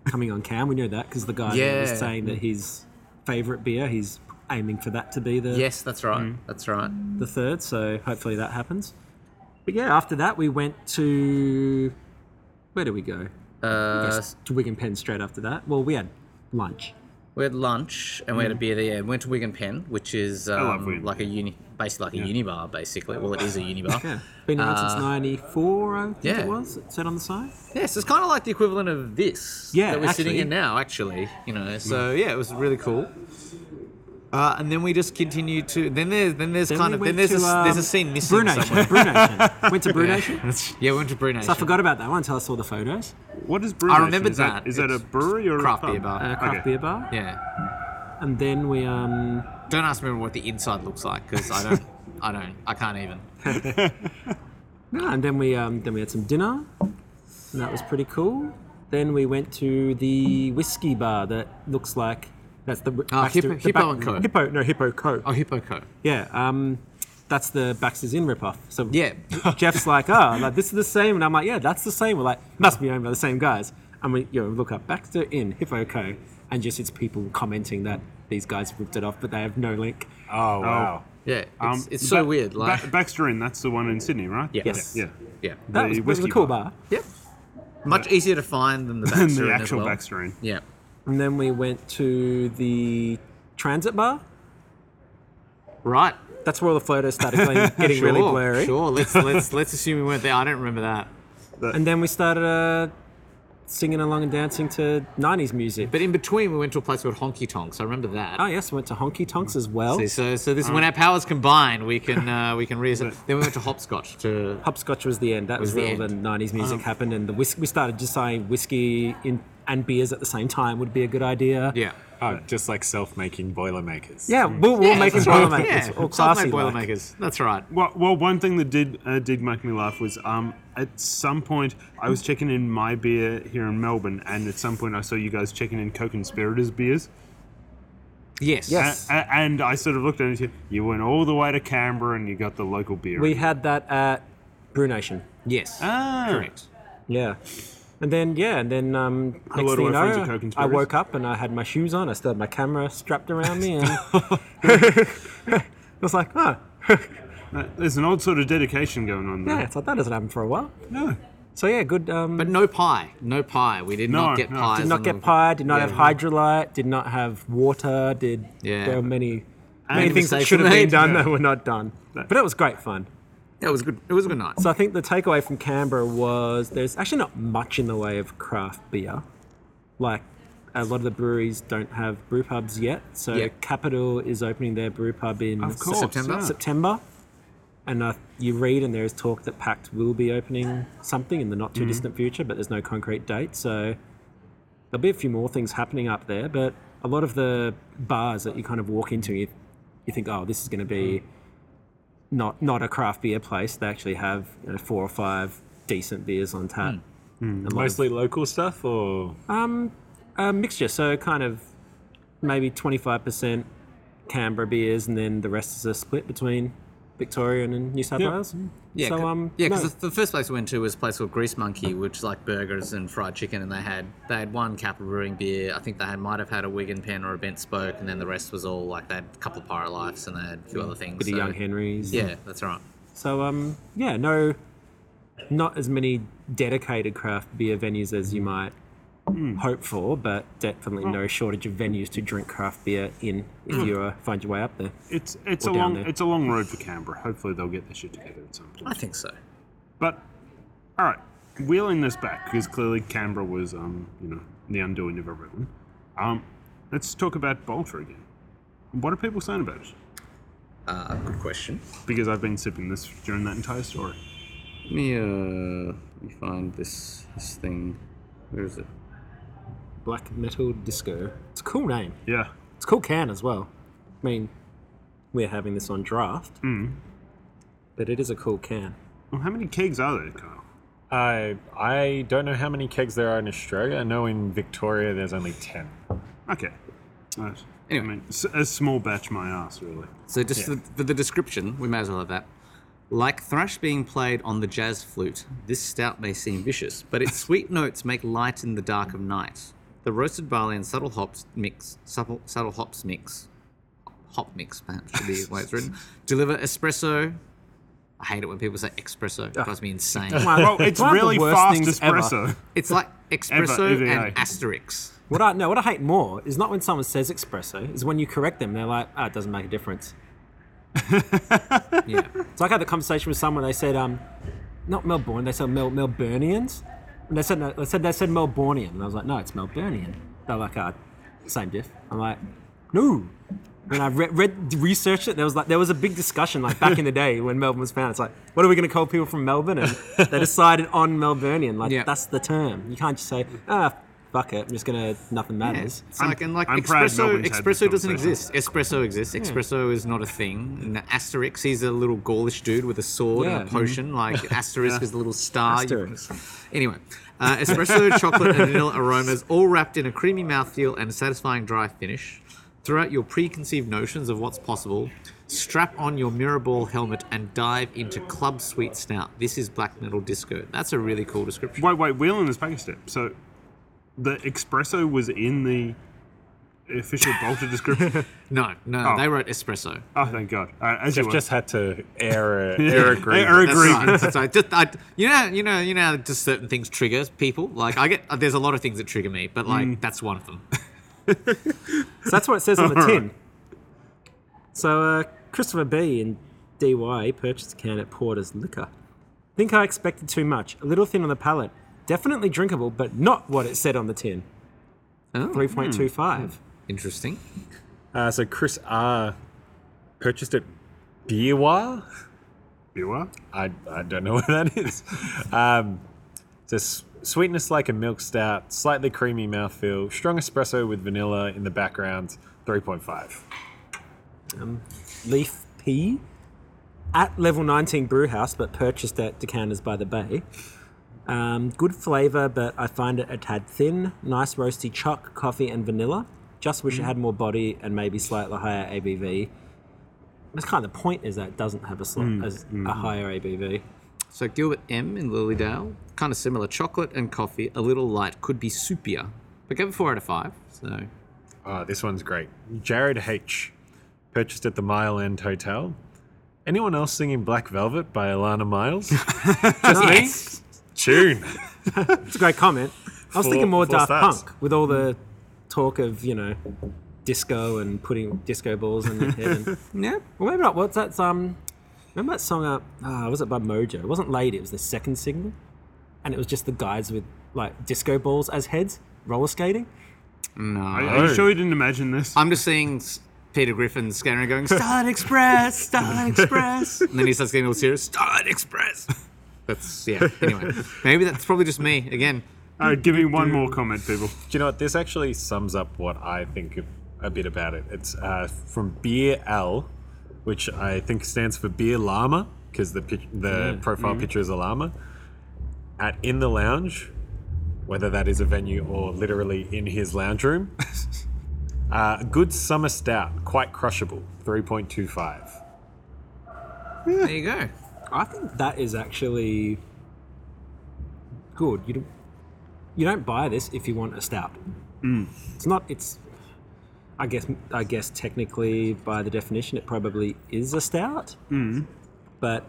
[SPEAKER 3] coming on cam. We know that because the guy
[SPEAKER 2] Yeah.
[SPEAKER 3] was saying that his favourite beer, he's aiming for that to be the
[SPEAKER 2] yes that's right that's right
[SPEAKER 3] the third. So hopefully that happens. But yeah, after that we went to where do we go?
[SPEAKER 2] uh,
[SPEAKER 3] to Wigan Pen straight after that. Well, we had lunch.
[SPEAKER 2] we had lunch and
[SPEAKER 3] Mm.
[SPEAKER 2] we had a beer there. We went to Wigan Pen, which is um,
[SPEAKER 1] love Wigan
[SPEAKER 2] like a uni, basically like a unibar, basically. Well, it is a unibar.
[SPEAKER 3] Yeah, been around since '94, I think
[SPEAKER 2] Uh, yeah.
[SPEAKER 3] it was. It said on the side.
[SPEAKER 2] Yes, it's kind of like the equivalent of this
[SPEAKER 3] Yeah,
[SPEAKER 2] that we're sitting
[SPEAKER 3] actually. Mm.
[SPEAKER 2] in now, actually. You know, so yeah, it was really cool. Uh, and then we just continued to then there's then there's
[SPEAKER 3] Then
[SPEAKER 2] kind
[SPEAKER 3] we
[SPEAKER 2] of then
[SPEAKER 3] went
[SPEAKER 2] there's
[SPEAKER 3] to,
[SPEAKER 2] a, there's
[SPEAKER 3] um,
[SPEAKER 2] a scene missing
[SPEAKER 3] Brew Nation.
[SPEAKER 2] somewhere.
[SPEAKER 3] Brew Nation. Went to Brew Nation.
[SPEAKER 2] Yeah, we went to Brunei.
[SPEAKER 3] So I forgot about that one until I saw the photos.
[SPEAKER 1] What is brew?
[SPEAKER 2] I
[SPEAKER 1] Nation?
[SPEAKER 2] remembered
[SPEAKER 1] is that.
[SPEAKER 2] that.
[SPEAKER 1] Is that a
[SPEAKER 2] It's
[SPEAKER 1] brewery or
[SPEAKER 2] craft
[SPEAKER 1] a pub?
[SPEAKER 2] beer bar.
[SPEAKER 3] Uh, craft
[SPEAKER 1] Okay.
[SPEAKER 3] beer bar.
[SPEAKER 2] Yeah,
[SPEAKER 3] And then we um
[SPEAKER 2] don't ask me what the inside looks like because I don't, I don't, I can't even.
[SPEAKER 3] no, and then we um then we had some dinner, and that was pretty cool. Then we went to the whiskey bar that looks like that's the
[SPEAKER 2] Ah,
[SPEAKER 3] Baxter-
[SPEAKER 2] Hippo-
[SPEAKER 3] the
[SPEAKER 2] Hippo and Co.
[SPEAKER 3] Hippo no Hippo Co.
[SPEAKER 2] Oh, Hippo Co.
[SPEAKER 3] Yeah. Um, that's the Baxter's Inn ripoff. So
[SPEAKER 2] Yeah,
[SPEAKER 3] Jeff's like, oh, like this is the same, and I'm like, yeah, that's the same. We're like, must be owned by the same guys. And we, you know, look up Baxter in Hippo Co, and just it's people commenting that these guys ripped it off, but they have no link.
[SPEAKER 4] Oh wow!
[SPEAKER 2] yeah. It's,
[SPEAKER 1] Um,
[SPEAKER 2] it's so
[SPEAKER 1] Ba-
[SPEAKER 2] weird. Like,
[SPEAKER 1] Ba- Baxter Inn. That's the one in Sydney, right?
[SPEAKER 2] Yeah.
[SPEAKER 3] Yes.
[SPEAKER 1] Yeah.
[SPEAKER 2] yeah,
[SPEAKER 3] That
[SPEAKER 1] The
[SPEAKER 3] was, that was a
[SPEAKER 1] whiskey
[SPEAKER 3] cool
[SPEAKER 1] bar.
[SPEAKER 3] bar.
[SPEAKER 2] yep. Much easier to find than the Baxter
[SPEAKER 1] And
[SPEAKER 2] Inn
[SPEAKER 1] the
[SPEAKER 2] as
[SPEAKER 1] actual
[SPEAKER 2] well.
[SPEAKER 1] Baxter Inn.
[SPEAKER 2] Yeah.
[SPEAKER 3] And then we went to the Transit Bar.
[SPEAKER 2] Right.
[SPEAKER 3] That's where all the photos started getting, getting really
[SPEAKER 2] Sure,
[SPEAKER 3] blurry.
[SPEAKER 2] Sure, let's let's let's assume we weren't there. I don't remember that.
[SPEAKER 3] And then we started uh, singing along and dancing to '90s music.
[SPEAKER 2] But in between, we went to a place called Honky Tonks. I remember that.
[SPEAKER 3] oh yes, we went to honky tonks as well.
[SPEAKER 2] See, so so this when our powers combine, we can uh, we can reassess. then we went to hopscotch to.
[SPEAKER 3] Hopscotch was the end. That was,
[SPEAKER 2] the
[SPEAKER 3] where all the
[SPEAKER 2] end. Um,
[SPEAKER 3] '90s music happened, and the whis- we started just saying whiskey in, and beers at the same time would be a good idea.
[SPEAKER 2] Yeah.
[SPEAKER 4] Oh, just like self-making boilermakers.
[SPEAKER 3] yeah, we'll, we'll make
[SPEAKER 2] that's
[SPEAKER 3] us
[SPEAKER 2] right.
[SPEAKER 3] boilermakers,
[SPEAKER 2] Yeah,
[SPEAKER 3] all classy.
[SPEAKER 2] self-made
[SPEAKER 3] Boilermakers.
[SPEAKER 2] boilermakers. That's right.
[SPEAKER 1] Well, well, one thing that did uh, did make me laugh was um, at some point I was checking in my beer here in Melbourne, and at some point I saw you guys checking in co-conspirators beers,
[SPEAKER 2] Yes.
[SPEAKER 1] A- a- and I sort of looked at it. and said, You went all the way to Canberra, and you got the local beer.
[SPEAKER 3] We had that at Brew Nation.
[SPEAKER 2] Yes.
[SPEAKER 1] Ah.
[SPEAKER 2] Correct.
[SPEAKER 3] Yeah. And then yeah, and then um,
[SPEAKER 1] lot of
[SPEAKER 3] next thing
[SPEAKER 1] our
[SPEAKER 3] you
[SPEAKER 1] friends are
[SPEAKER 3] know, I
[SPEAKER 1] co-conspirators.
[SPEAKER 3] woke up and I had my shoes on. I still had my camera strapped around me, and I was like, oh,
[SPEAKER 1] Uh, There's an odd sort of dedication going on there.
[SPEAKER 3] yeah, it's like that hasn't happened for a while.
[SPEAKER 1] No.
[SPEAKER 3] So yeah, good. Um,
[SPEAKER 2] But no pie. No pie. We did
[SPEAKER 1] No,
[SPEAKER 2] not get
[SPEAKER 1] no.
[SPEAKER 2] pies.
[SPEAKER 3] did
[SPEAKER 2] on
[SPEAKER 3] not
[SPEAKER 2] the-
[SPEAKER 3] get pie. Did not
[SPEAKER 2] Yeah.
[SPEAKER 3] have hydrolite. Did not have water. Did
[SPEAKER 2] Yeah.
[SPEAKER 3] there were many many
[SPEAKER 2] the
[SPEAKER 3] things that
[SPEAKER 2] mistakes
[SPEAKER 3] should
[SPEAKER 2] were
[SPEAKER 3] have been
[SPEAKER 2] made.
[SPEAKER 3] done that were not done. But it was great fun.
[SPEAKER 2] Yeah, It was good. It was a good night.
[SPEAKER 3] So I think the takeaway from Canberra was there's actually not much in the way of craft beer. Like a lot of the breweries don't have brew pubs yet. So
[SPEAKER 2] Yeah. Oh,
[SPEAKER 3] Capital is opening their brew pub in
[SPEAKER 1] Of course.
[SPEAKER 2] September?
[SPEAKER 1] yeah.
[SPEAKER 3] September. And uh, you read, and there is talk that Pact will be opening something in the not too distant future, but there's no concrete date. So there'll be a few more things happening up there. But a lot of the bars that you kind of walk into, you, you think, oh, this is going to be not not a craft beer place. They actually have you know, four or five decent beers on tap. A lot of-
[SPEAKER 4] Mostly local stuff, or
[SPEAKER 3] a Uh, mixture. So kind of maybe 25% Canberra beers, and then the rest is a split between Victoria and New South Wales.
[SPEAKER 2] Yeah,
[SPEAKER 3] So
[SPEAKER 2] c-
[SPEAKER 3] um,
[SPEAKER 2] yeah,
[SPEAKER 3] no.
[SPEAKER 2] because the first place we went to was a place called Grease Monkey, which is like burgers and fried chicken, and they had they had one Capital Brewing beer. I think they had might have had a Wigan Pen or a Bent Spoke, and then the rest was all like they had a couple of Pirate Lifes and they had a few other things.
[SPEAKER 3] Mm, bit of
[SPEAKER 2] so-
[SPEAKER 3] Young Henrys.
[SPEAKER 2] Yeah, that's right.
[SPEAKER 3] So um, yeah, no, not as many dedicated craft beer venues as you might hope for, but definitely no shortage of venues to drink craft beer in if you uh, find your way up there.
[SPEAKER 1] It's it's
[SPEAKER 3] Or
[SPEAKER 1] a
[SPEAKER 3] down
[SPEAKER 1] long
[SPEAKER 3] there.
[SPEAKER 1] it's a long road for Canberra. Hopefully they'll get their shit together at some point.
[SPEAKER 2] I think so.
[SPEAKER 1] But all right, wheeling this back because clearly Canberra was um you know the undoing of everyone. Um, let's talk about Bolter again. What are people saying about it?
[SPEAKER 2] Uh, good question.
[SPEAKER 1] Because I've been sipping this during that entire story.
[SPEAKER 2] Let me uh, let me find this this thing. Where is it?
[SPEAKER 3] Black Metal Disco. It's a cool name.
[SPEAKER 1] Yeah,
[SPEAKER 3] It's a cool can as well. I mean, we're having this on draft,
[SPEAKER 1] Hmm.
[SPEAKER 3] but it is a cool can.
[SPEAKER 1] Well, how many kegs are there, Kyle?
[SPEAKER 4] I I don't know how many kegs there are in Australia. I know in Victoria there's only ten.
[SPEAKER 1] Okay. Right.
[SPEAKER 2] Anyway.
[SPEAKER 1] I mean, s- a small batch my ass, really.
[SPEAKER 2] So just for, for the description, we may as well have that. Like thrush being played on the jazz flute, this stout may seem vicious, but its sweet notes make light in the dark of night. The roasted barley and subtle hops mix, subtle, subtle hops mix, hop mix perhaps should be the way it's written, deliver espresso. I hate it when people say espresso. It drives me insane.
[SPEAKER 1] Ah, Well, it's
[SPEAKER 3] One of the
[SPEAKER 1] really
[SPEAKER 3] worst
[SPEAKER 1] fast
[SPEAKER 3] things ever.
[SPEAKER 1] espresso.
[SPEAKER 2] It's like espresso
[SPEAKER 1] EVA.
[SPEAKER 2] and asterisks.
[SPEAKER 3] What I no, what I hate more is not when someone says espresso, is when you correct them. They're like, ah, it doesn't make a difference.
[SPEAKER 2] Yeah.
[SPEAKER 3] So I had the conversation with someone. They said, um, not Melbourne. They said Mel- Melburnians. And they said no, they said they said Melbourneian. And I was like, no, it's Melburnian. They're like, ah, same diff. I'm like, no. And I re- read researched it. There was like there was a big discussion like back in the day when Melbourne was founded. It's like, what are we going to call people from Melbourne? And they decided on Melburnian. Like
[SPEAKER 2] Yeah.
[SPEAKER 3] that's the term. You can't just say ah. Fuck it! I'm just gonna. Nothing matters.
[SPEAKER 2] It's like and like
[SPEAKER 1] I'm proud
[SPEAKER 2] espresso.
[SPEAKER 1] Melbourne's had this
[SPEAKER 2] Espresso doesn't exist.
[SPEAKER 1] conversation.
[SPEAKER 2] Espresso exists. Espresso is not a thing. And Asterix, he's a little Gaulish dude with a sword
[SPEAKER 3] Yeah.
[SPEAKER 2] and a potion.
[SPEAKER 1] Mm-hmm.
[SPEAKER 2] Like Asterisk is the little star. you-
[SPEAKER 3] Asterix.
[SPEAKER 2] Anyway, uh, espresso, chocolate, and vanilla aromas, all wrapped in a creamy mouthfeel and a satisfying dry finish. Throughout your preconceived notions of what's possible, strap on your mirror ball helmet and dive into Club Sweet Snout. This is Black Metal Disco. That's a really cool description.
[SPEAKER 1] Wait, wait, wheeling this back a step. So the espresso was in the official Bolter description.
[SPEAKER 2] No, no, they wrote espresso.
[SPEAKER 1] Oh, thank God. All right, as you
[SPEAKER 4] Jeff
[SPEAKER 1] were.
[SPEAKER 4] just had to air a, air a grievance.
[SPEAKER 1] Air a
[SPEAKER 2] That's
[SPEAKER 1] Agree.
[SPEAKER 2] right. That's right. Just, I, you know, you know, you know. how Just certain things trigger people. Like I get, there's a lot of things that trigger me, but like that's one of them.
[SPEAKER 3] So that's what it says on the tin. So uh, Christopher B and DY purchased a can at Porter's Liquor. Think I expected too much. A little thin on the palate. Definitely drinkable, but not what it said on the tin.
[SPEAKER 4] Hmm.
[SPEAKER 2] Oh,
[SPEAKER 3] 3.25.
[SPEAKER 2] interesting.
[SPEAKER 4] Uh, so Chris R purchased it Biwa.
[SPEAKER 1] you were?
[SPEAKER 4] I, I don't know what that is. Um, so s- sweetness like a milk stout, slightly creamy mouthfeel, strong espresso with vanilla in the background. Three point five.
[SPEAKER 3] Leaf P at level 19 brewhouse, but purchased at Decanters by the Bay. Um, good flavour, but I find it a tad thin. Nice roasty chuck, coffee, and vanilla. Just wish it had more body and maybe slightly higher ABV. That's kind of the point is that it doesn't have a, sli-
[SPEAKER 4] Mm,
[SPEAKER 3] as a higher ABV.
[SPEAKER 2] So Gilbert M in Lilydale, kind of similar. Chocolate and coffee, a little light, could be soupier. But gave it four out of five. So
[SPEAKER 4] Oh, this one's great. Jared H purchased at the Mile End Hotel. Anyone else singing Black Velvet by Alana Miles?
[SPEAKER 3] Nice.
[SPEAKER 4] Tune.
[SPEAKER 3] It's a great comment. I was
[SPEAKER 4] Four-
[SPEAKER 3] thinking more
[SPEAKER 4] four
[SPEAKER 3] Daft
[SPEAKER 4] stars. Mm.
[SPEAKER 3] Punk with all the talk of, you know, disco and putting disco balls in your head. And,
[SPEAKER 2] yeah,
[SPEAKER 3] Well, maybe not. What's that? Um, remember that song? Uh, ah, was it by Mojo? It wasn't Lady. It was the second single, and it was just the guys with like disco balls as heads roller skating.
[SPEAKER 2] no.
[SPEAKER 1] Are,
[SPEAKER 2] I,
[SPEAKER 1] are you sure you didn't imagine this?
[SPEAKER 2] am just seeing s- Peter Griffin scanner going, Starlight Express, Starlight Express. And then he starts getting all serious, Starlight Express. That's, yeah, anyway. Maybe that's probably just me again.
[SPEAKER 1] All right, give me one more comment, people.
[SPEAKER 4] Do you know what? This actually sums up what I think of- a bit about it. It's uh, from Beer L, which I think stands for Beer Llama, because the pic- the profile picture is a llama. At in the lounge, whether that is a venue or literally in his lounge room. uh, good summer stout, quite crushable, three point two five.
[SPEAKER 2] There you go.
[SPEAKER 3] I think that is actually good. You don't, you don't buy this if you want a stout. It's not. It's. I guess. I guess technically, by the definition, it probably is a stout. But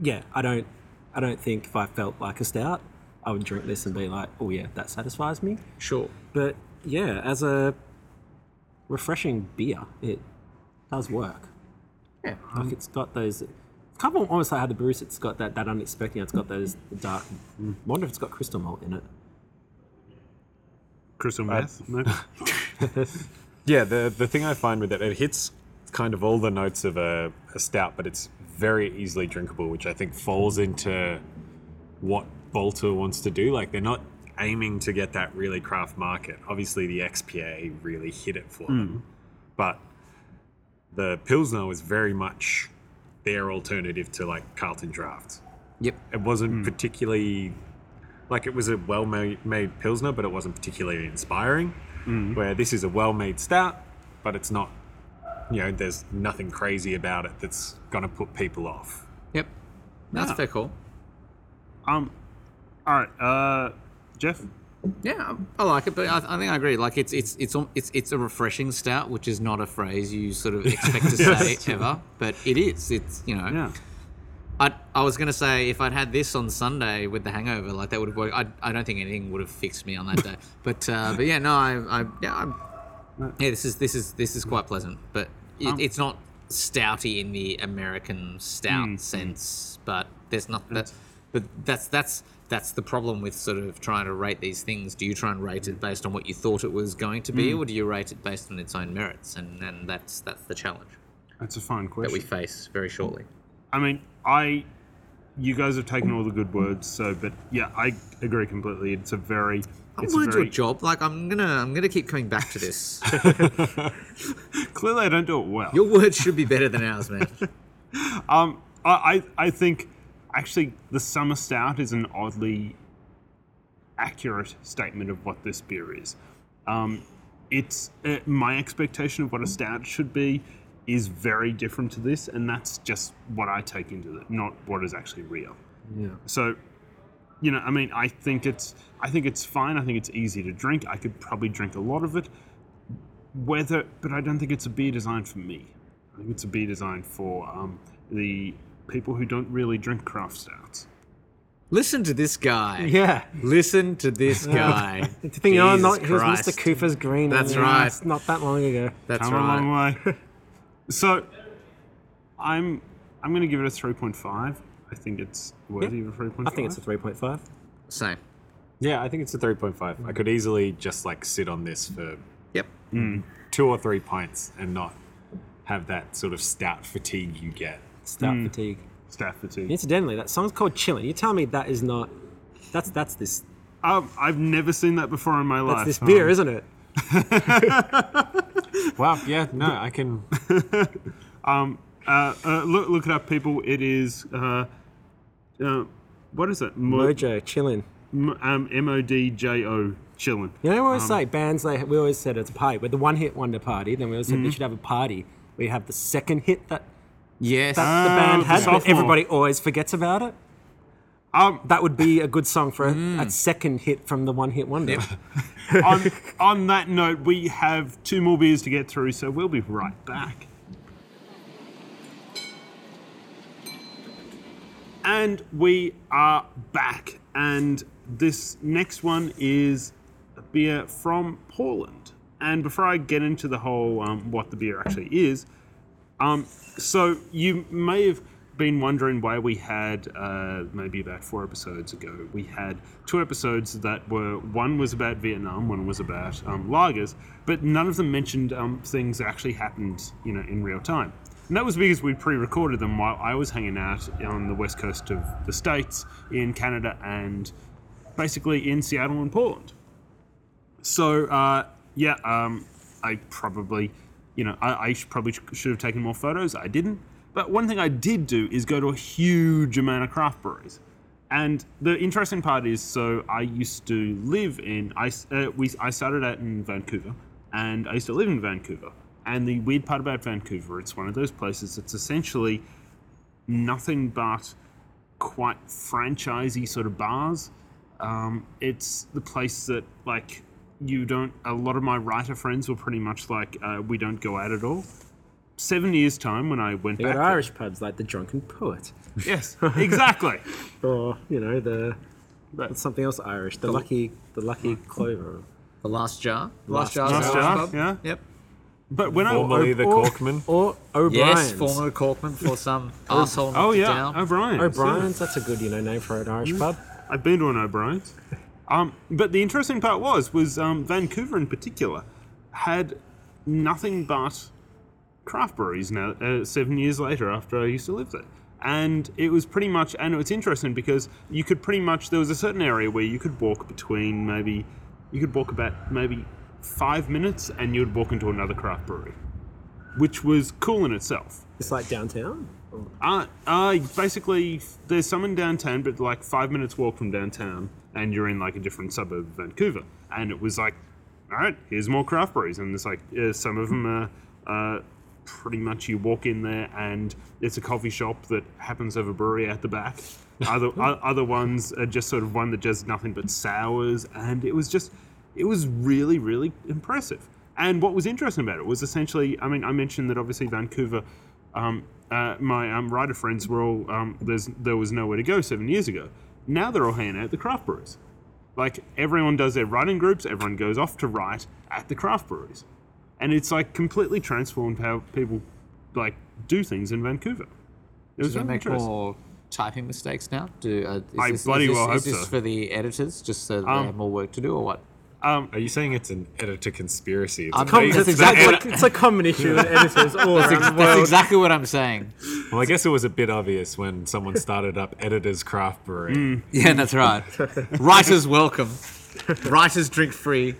[SPEAKER 3] yeah, I don't. I don't think if I felt like a stout, I would drink this and be like, "Oh yeah, that satisfies me."
[SPEAKER 2] Sure.
[SPEAKER 3] But yeah, as a refreshing beer, it does work.
[SPEAKER 2] Yeah.
[SPEAKER 3] Like it's got those. It's kind of almost like how the Bruce. It's got that that unexpected. It's got those dark.
[SPEAKER 2] Mm.
[SPEAKER 3] Wonder if it's got crystal malt in it.
[SPEAKER 1] Chris and Beth. No?
[SPEAKER 4] Yeah, the the thing I find with it, it hits kind of all the notes of a, a stout, but it's very easily drinkable, which I think falls into what Bolter wants to do. Like they're not aiming to get that really craft market. Obviously, the XPA really hit it for them, but the Pilsner was very much their alternative to like Carlton Draft.
[SPEAKER 2] Yep.
[SPEAKER 4] It wasn't
[SPEAKER 3] Hmm.
[SPEAKER 4] particularly like it was a well made Pilsner, but it wasn't particularly inspiring.
[SPEAKER 3] Hmm.
[SPEAKER 4] Where this is a well made stout, but it's not, you know, there's nothing crazy about it that's going to put people off.
[SPEAKER 2] Yep. That's fair call.
[SPEAKER 1] Um, all right, uh, Jeff.
[SPEAKER 2] Yeah, um, I like it, but I, I think I agree. Like it's it's it's al- it's it's a refreshing stout, which is not a phrase you sort of expect to say ever, but it is. It's you know.
[SPEAKER 1] Yeah.
[SPEAKER 2] I I was gonna say if I'd had this on Sunday with the hangover, like that would have worked. I, I don't think anything would have fixed me on that day. But uh, but yeah, no, I, I yeah I'm, yeah this is this is this is quite pleasant, but it, it's not stouty in the American stout sense. But there's not that. But that's that's that's the problem with sort of trying to rate these things. Do you try and rate it based on what you thought it was going to be, or do you rate it based on its own merits? And and that's that's the challenge
[SPEAKER 1] That's a fine
[SPEAKER 2] that
[SPEAKER 1] question.
[SPEAKER 2] we face very shortly.
[SPEAKER 1] I mean, I. You guys have taken all the good words, so but yeah, I agree completely. It's a very.
[SPEAKER 2] I
[SPEAKER 1] It's a
[SPEAKER 2] would do a
[SPEAKER 1] very,
[SPEAKER 2] job. Like I'm gonna, I'm gonna keep coming back to this.
[SPEAKER 1] clearly, I don't do it well.
[SPEAKER 2] Your words should be better than ours, man.
[SPEAKER 1] Um, I, I I think actually the summer stout is an oddly accurate statement of what this beer is. Um, it's uh, my expectation of what a stout should be is very different to this, and that's just what I take into it, not what is actually real. Yeah. So, you know, I mean, I think it's I think it's fine. I think it's easy to drink. I could probably drink a lot of it. Whether, but I don't think it's a beer designed for me. I think it's a beer designed for um, the people who don't really drink craft stouts.
[SPEAKER 2] Listen to this guy.
[SPEAKER 3] Yeah.
[SPEAKER 2] Listen to this guy.
[SPEAKER 3] The thing you know,
[SPEAKER 2] Jesus
[SPEAKER 3] not, it was
[SPEAKER 2] Christ.
[SPEAKER 3] Mr. Cooper's Green.
[SPEAKER 2] That's
[SPEAKER 3] and, uh,
[SPEAKER 2] right.
[SPEAKER 3] It's not that long ago.
[SPEAKER 2] That's
[SPEAKER 1] Come a
[SPEAKER 2] right.
[SPEAKER 1] long way. so, I'm I'm going to give it a 3.5. I think it's worthy of a 3.5.
[SPEAKER 3] I think it's a 3.5.
[SPEAKER 2] Same.
[SPEAKER 4] Yeah, I think it's a 3.5.
[SPEAKER 3] Hmm.
[SPEAKER 4] I could easily just like sit on this for
[SPEAKER 2] Yep.
[SPEAKER 1] Mm.
[SPEAKER 4] two or three pints and not have that sort of stout fatigue you get.
[SPEAKER 3] Stout
[SPEAKER 2] Mm.
[SPEAKER 3] fatigue.
[SPEAKER 1] staff fatigue.
[SPEAKER 3] Incidentally, that song's called Chillin'. You tell me that is not. That's that's this
[SPEAKER 1] Um, I've never seen that before in my
[SPEAKER 3] that's
[SPEAKER 1] life.
[SPEAKER 3] this
[SPEAKER 1] Um,
[SPEAKER 3] beer, isn't it?
[SPEAKER 4] Wow, yeah, no, I can.
[SPEAKER 1] uh, uh, look, look it up, people. It is. Uh, uh, what is it? Mo-
[SPEAKER 3] Mojo Chillin'.
[SPEAKER 1] M um, M O D J O chillin'.
[SPEAKER 3] You know, we
[SPEAKER 2] Um.
[SPEAKER 3] always say bands. They we always said it's a party. We're the one hit wonder party. Then we always said
[SPEAKER 2] Mm.
[SPEAKER 3] we should have a party. We have the second hit that
[SPEAKER 2] Yes.
[SPEAKER 3] that the band
[SPEAKER 1] the
[SPEAKER 3] had, but
[SPEAKER 1] sophomore.
[SPEAKER 3] Um, everybody always forgets about it.
[SPEAKER 1] Um,
[SPEAKER 3] that would be a good song for a,
[SPEAKER 2] Mm.
[SPEAKER 3] a second hit from the one hit wonder.
[SPEAKER 1] on, on that note, we have two more beers to get through, so we'll be right back. And we are back, and this next one is a beer from Poland. And before I get into the whole um, what the beer actually is, um, so you may have been wondering why we had uh, maybe about four episodes ago. We had two episodes that were one was about Vietnam, one was about um, lagers, but none of them mentioned um, things that actually happened, you know, in real time. And that was because we pre-recorded them while I was hanging out on the west coast of the states, in Canada, and basically in Seattle and Portland. So uh, yeah, um, I probably, you know, I, I should probably sh- should have taken more photos. I didn't. But one thing I did do is go to a huge amount of craft breweries. And the interesting part is, so I used to live in I s- uh, we I started out in Vancouver, and I used to live in Vancouver. And the weird part about Vancouver, it's one of those places that's essentially nothing but quite franchisey sort of bars. Um, it's the place that like you don't. A lot of my writer friends were pretty much like uh, we don't go out at all. Seven years time when I went
[SPEAKER 3] They
[SPEAKER 1] back.
[SPEAKER 3] got
[SPEAKER 1] there-
[SPEAKER 3] Irish pubs like the Drunken Poet,
[SPEAKER 1] Yes, exactly.
[SPEAKER 3] or you know the
[SPEAKER 1] But-
[SPEAKER 3] what's something else Irish, the lucky the lucky
[SPEAKER 2] Hmm.
[SPEAKER 3] clover.
[SPEAKER 2] The last jar. The
[SPEAKER 3] Last
[SPEAKER 2] last, jar.
[SPEAKER 1] Last Jar, yeah.
[SPEAKER 2] Yep.
[SPEAKER 1] But when
[SPEAKER 4] Formerly
[SPEAKER 1] I
[SPEAKER 4] the
[SPEAKER 3] or-
[SPEAKER 4] Corkman.
[SPEAKER 3] Or O'Brien's.
[SPEAKER 2] Yes, former Corkman for some asshole.
[SPEAKER 1] oh
[SPEAKER 2] knocked it
[SPEAKER 1] yeah
[SPEAKER 2] down.
[SPEAKER 1] O'Brien
[SPEAKER 3] O'Brien's, that's a good, you know, name for an
[SPEAKER 2] Hmm.
[SPEAKER 3] Irish pub.
[SPEAKER 1] I've been to an O'Brien's. Um, but the interesting part was was um, Vancouver in particular had nothing but craft breweries now uh, seven years later after I used to live there. And it was pretty much, and it's interesting because you could pretty much, there was a certain area where you could walk between maybe, you could walk about maybe five minutes and you would walk into another craft brewery, which was cool in itself.
[SPEAKER 3] It's like downtown.
[SPEAKER 1] Uh, uh, basically, there's some in downtown, but like five minutes walk from downtown, and you're in like a different suburb of Vancouver. And it was like, all right, here's more craft breweries, and it's like uh, some of them are uh, pretty much you walk in there, and it's a coffee shop that happens to have a brewery at the back. Other o- other ones are just sort of one that does nothing but sours, and it was just, it was really really impressive. And what was interesting about it was essentially, I mean, I mentioned that obviously Vancouver, um, uh, my um, writer friends were all, um, there's, there was nowhere to go seven years ago. Now they're all hanging out at the craft breweries. Like everyone does their writing groups, everyone goes off to write at the craft breweries. And it's like completely transformed how people like do things in Vancouver. It was
[SPEAKER 2] Does that
[SPEAKER 1] really
[SPEAKER 2] make
[SPEAKER 1] interesting.
[SPEAKER 2] more typing mistakes now? Do uh, is
[SPEAKER 1] I
[SPEAKER 2] this,
[SPEAKER 1] bloody
[SPEAKER 2] is this,
[SPEAKER 1] well hope
[SPEAKER 2] is this
[SPEAKER 1] so. Um,
[SPEAKER 2] for the editors, just so that they have more work to do, or what?
[SPEAKER 4] Are you saying it's an editor conspiracy? It's
[SPEAKER 2] I'm
[SPEAKER 4] a
[SPEAKER 2] com-
[SPEAKER 4] base-
[SPEAKER 2] that's
[SPEAKER 3] It's,
[SPEAKER 4] it's an
[SPEAKER 2] exactly-
[SPEAKER 4] edit-
[SPEAKER 3] a, it's a common issue with editors all around the
[SPEAKER 2] That's
[SPEAKER 3] world.
[SPEAKER 2] exactly what I'm saying.
[SPEAKER 4] Well, I guess it was a bit obvious when someone started up Editor's Craft Brewery.
[SPEAKER 5] Mm.
[SPEAKER 2] Yeah, that's right. Writers welcome. Writers drink free.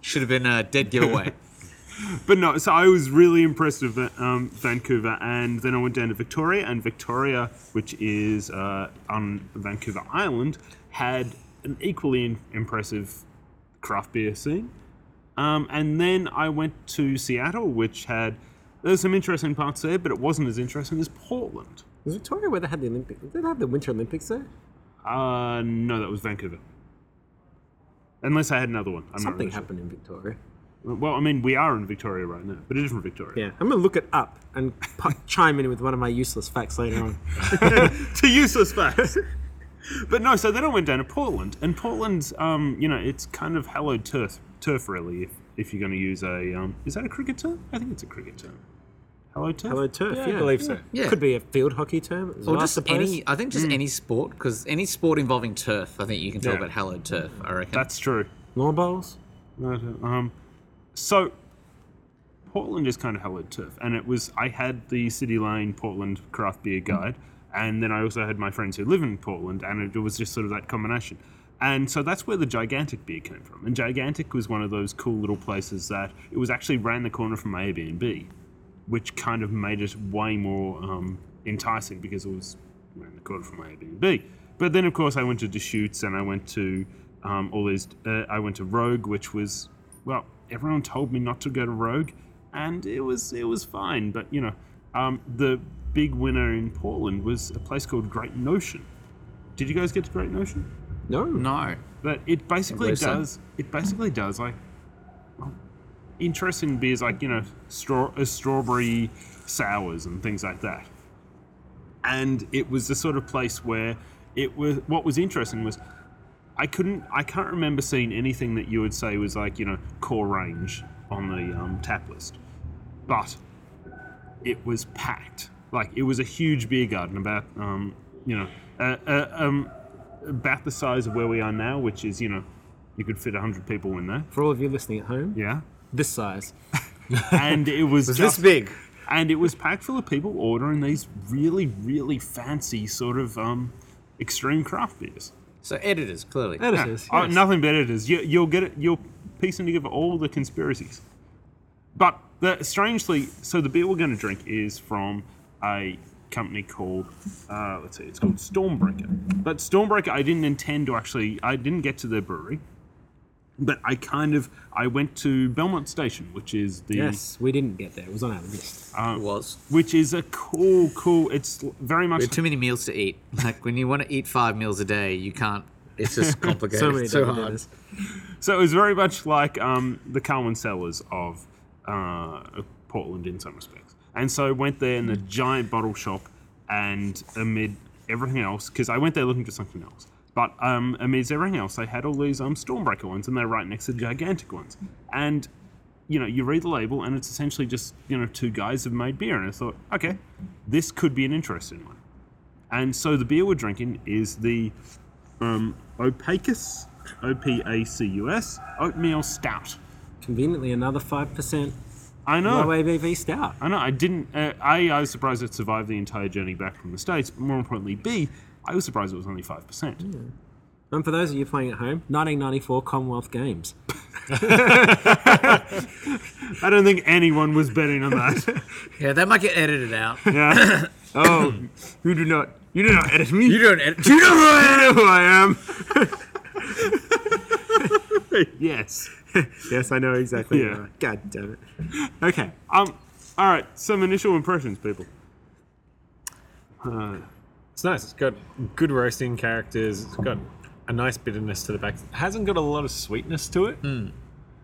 [SPEAKER 2] Should have been a dead giveaway.
[SPEAKER 1] But no, so I was really impressed with um, Vancouver, and then I went down to Victoria, and Victoria, which is uh, on Vancouver Island, had an equally im- impressive craft beer scene. Um, and then I went to Seattle, which had there's some interesting parts there, but it wasn't as interesting as Portland.
[SPEAKER 3] Is Victoria where they had the Olympics? Did they have the Winter Olympics there?
[SPEAKER 1] Uh, no, that was Vancouver. Unless I had another one, I'm
[SPEAKER 3] Something
[SPEAKER 1] not really
[SPEAKER 3] happened in Victoria.
[SPEAKER 1] sure. Well, I mean, we are in Victoria right now, but a different Victoria.
[SPEAKER 3] Yeah, I'm gonna look it up and pu- chime in with one of my useless facts later on.
[SPEAKER 1] to useless facts. but no, so then I went down to Portland, and Portland's, um, you know, it's kind of hallowed turf, turf really. If, if you're going to use a, um, is that a cricket term? I think it's a cricket term. Hallowed turf.
[SPEAKER 3] Hello, turf. Yeah,
[SPEAKER 4] I believe so.
[SPEAKER 2] Yeah.
[SPEAKER 3] Could be a field hockey term. As
[SPEAKER 2] Or
[SPEAKER 3] well, I
[SPEAKER 2] just
[SPEAKER 3] suppose.
[SPEAKER 2] any, I think just any sport, because any sport involving turf, I think you can talk
[SPEAKER 1] Yeah.
[SPEAKER 2] about hallowed turf, I reckon.
[SPEAKER 1] That's true.
[SPEAKER 3] lawn bowls.
[SPEAKER 1] Right, Um, so Portland is kind of hallowed turf, and it was I had the City Lane Portland craft beer guide, and then I also had my friends who live in Portland, and it was just sort of that combination. And so that's where the gigantic beer came from. And gigantic was one of those cool little places that it was actually round the corner from my Airbnb, which kind of made it way more um, enticing because it was around the corner from my Airbnb. But then, of course, I went to Deschutes and I went to um, all these. Uh, I went to Rogue, which was well, everyone told me not to go to Rogue, and it was it was fine. But you know, um, the big winner in Portland was a place called Great Notion. Did you guys get to Great Notion?
[SPEAKER 3] No.
[SPEAKER 2] no.
[SPEAKER 1] But it basically
[SPEAKER 2] believe so.
[SPEAKER 1] does. It basically does like well, interesting beers, like you know, straw, uh, strawberry sours and things like that. And it was the sort of place where it was. What was interesting was I couldn't. I can't remember seeing anything that you would say was like you know core range on the um, tap list, but it was packed. Like it was a huge beer garden, about um, you know, uh, uh, um, about the size of where we are now, which is you know, you could fit hundred people in there.
[SPEAKER 3] For all of you listening at home,
[SPEAKER 1] Yeah,
[SPEAKER 3] this size.
[SPEAKER 1] and it was,
[SPEAKER 5] This
[SPEAKER 1] just,
[SPEAKER 5] big.
[SPEAKER 1] and it was packed full of people ordering these really really fancy sort of um, extreme craft beers.
[SPEAKER 2] So editors, clearly.
[SPEAKER 3] That it is.
[SPEAKER 1] Oh,
[SPEAKER 3] yes.
[SPEAKER 1] nothing better it is. You, you'll get it. You'll piece and together all the conspiracies. But the, strangely, so the beer we're going to drink is from a company called, uh, let's see, it's called Stormbreaker. But Stormbreaker, I didn't intend to actually, I didn't get to their brewery. But I kind of, I went to Belmont Station, which is the
[SPEAKER 3] Yes, we didn't get there. It was on our list.
[SPEAKER 2] it was.
[SPEAKER 1] which is a cool, cool. It's very much
[SPEAKER 2] We had too many meals to eat. Like when you want to eat five meals a day, you can't. It's just complicated.
[SPEAKER 3] So many
[SPEAKER 2] It's so
[SPEAKER 3] different
[SPEAKER 2] hard.
[SPEAKER 3] dinners.
[SPEAKER 1] So it was very much like um, the Carwin Cellars of uh, Portland in some respects. And so I went there in a giant bottle shop, and amid everything else, because I went there looking for something else. But um, amidst everything else, they had all these um, Stormbreaker ones, and they're right next to the gigantic ones. And you know, you read the label, and it's essentially just you know two guys have made beer. And I thought, okay, this could be an interesting one. And so the beer we're drinking is the um, Opacus, O P A C U S, oatmeal stout.
[SPEAKER 3] Conveniently, another 5%
[SPEAKER 1] I know.
[SPEAKER 3] low ABV stout.
[SPEAKER 1] I know. I didn't. Uh, a, I was surprised it survived the entire journey back from the States, but more importantly, B, I was surprised it was only 5%.
[SPEAKER 3] And for those of you playing at home, 1994 Commonwealth Games.
[SPEAKER 1] I don't think anyone was betting on that.
[SPEAKER 2] Yeah, that might get edited out.
[SPEAKER 1] yeah.
[SPEAKER 5] Oh, you do not. You do not edit me.
[SPEAKER 2] you don't edit.
[SPEAKER 5] You know who I am.
[SPEAKER 1] Yes.
[SPEAKER 5] Yes, I know exactly.
[SPEAKER 1] Yeah.
[SPEAKER 5] who I- God damn it. Okay.
[SPEAKER 1] Um. All right. Some initial impressions, people.
[SPEAKER 4] It's nice. It's got good roasting characters. It's got a nice bitterness to the back. It hasn't got a lot of sweetness to it.
[SPEAKER 5] Mm.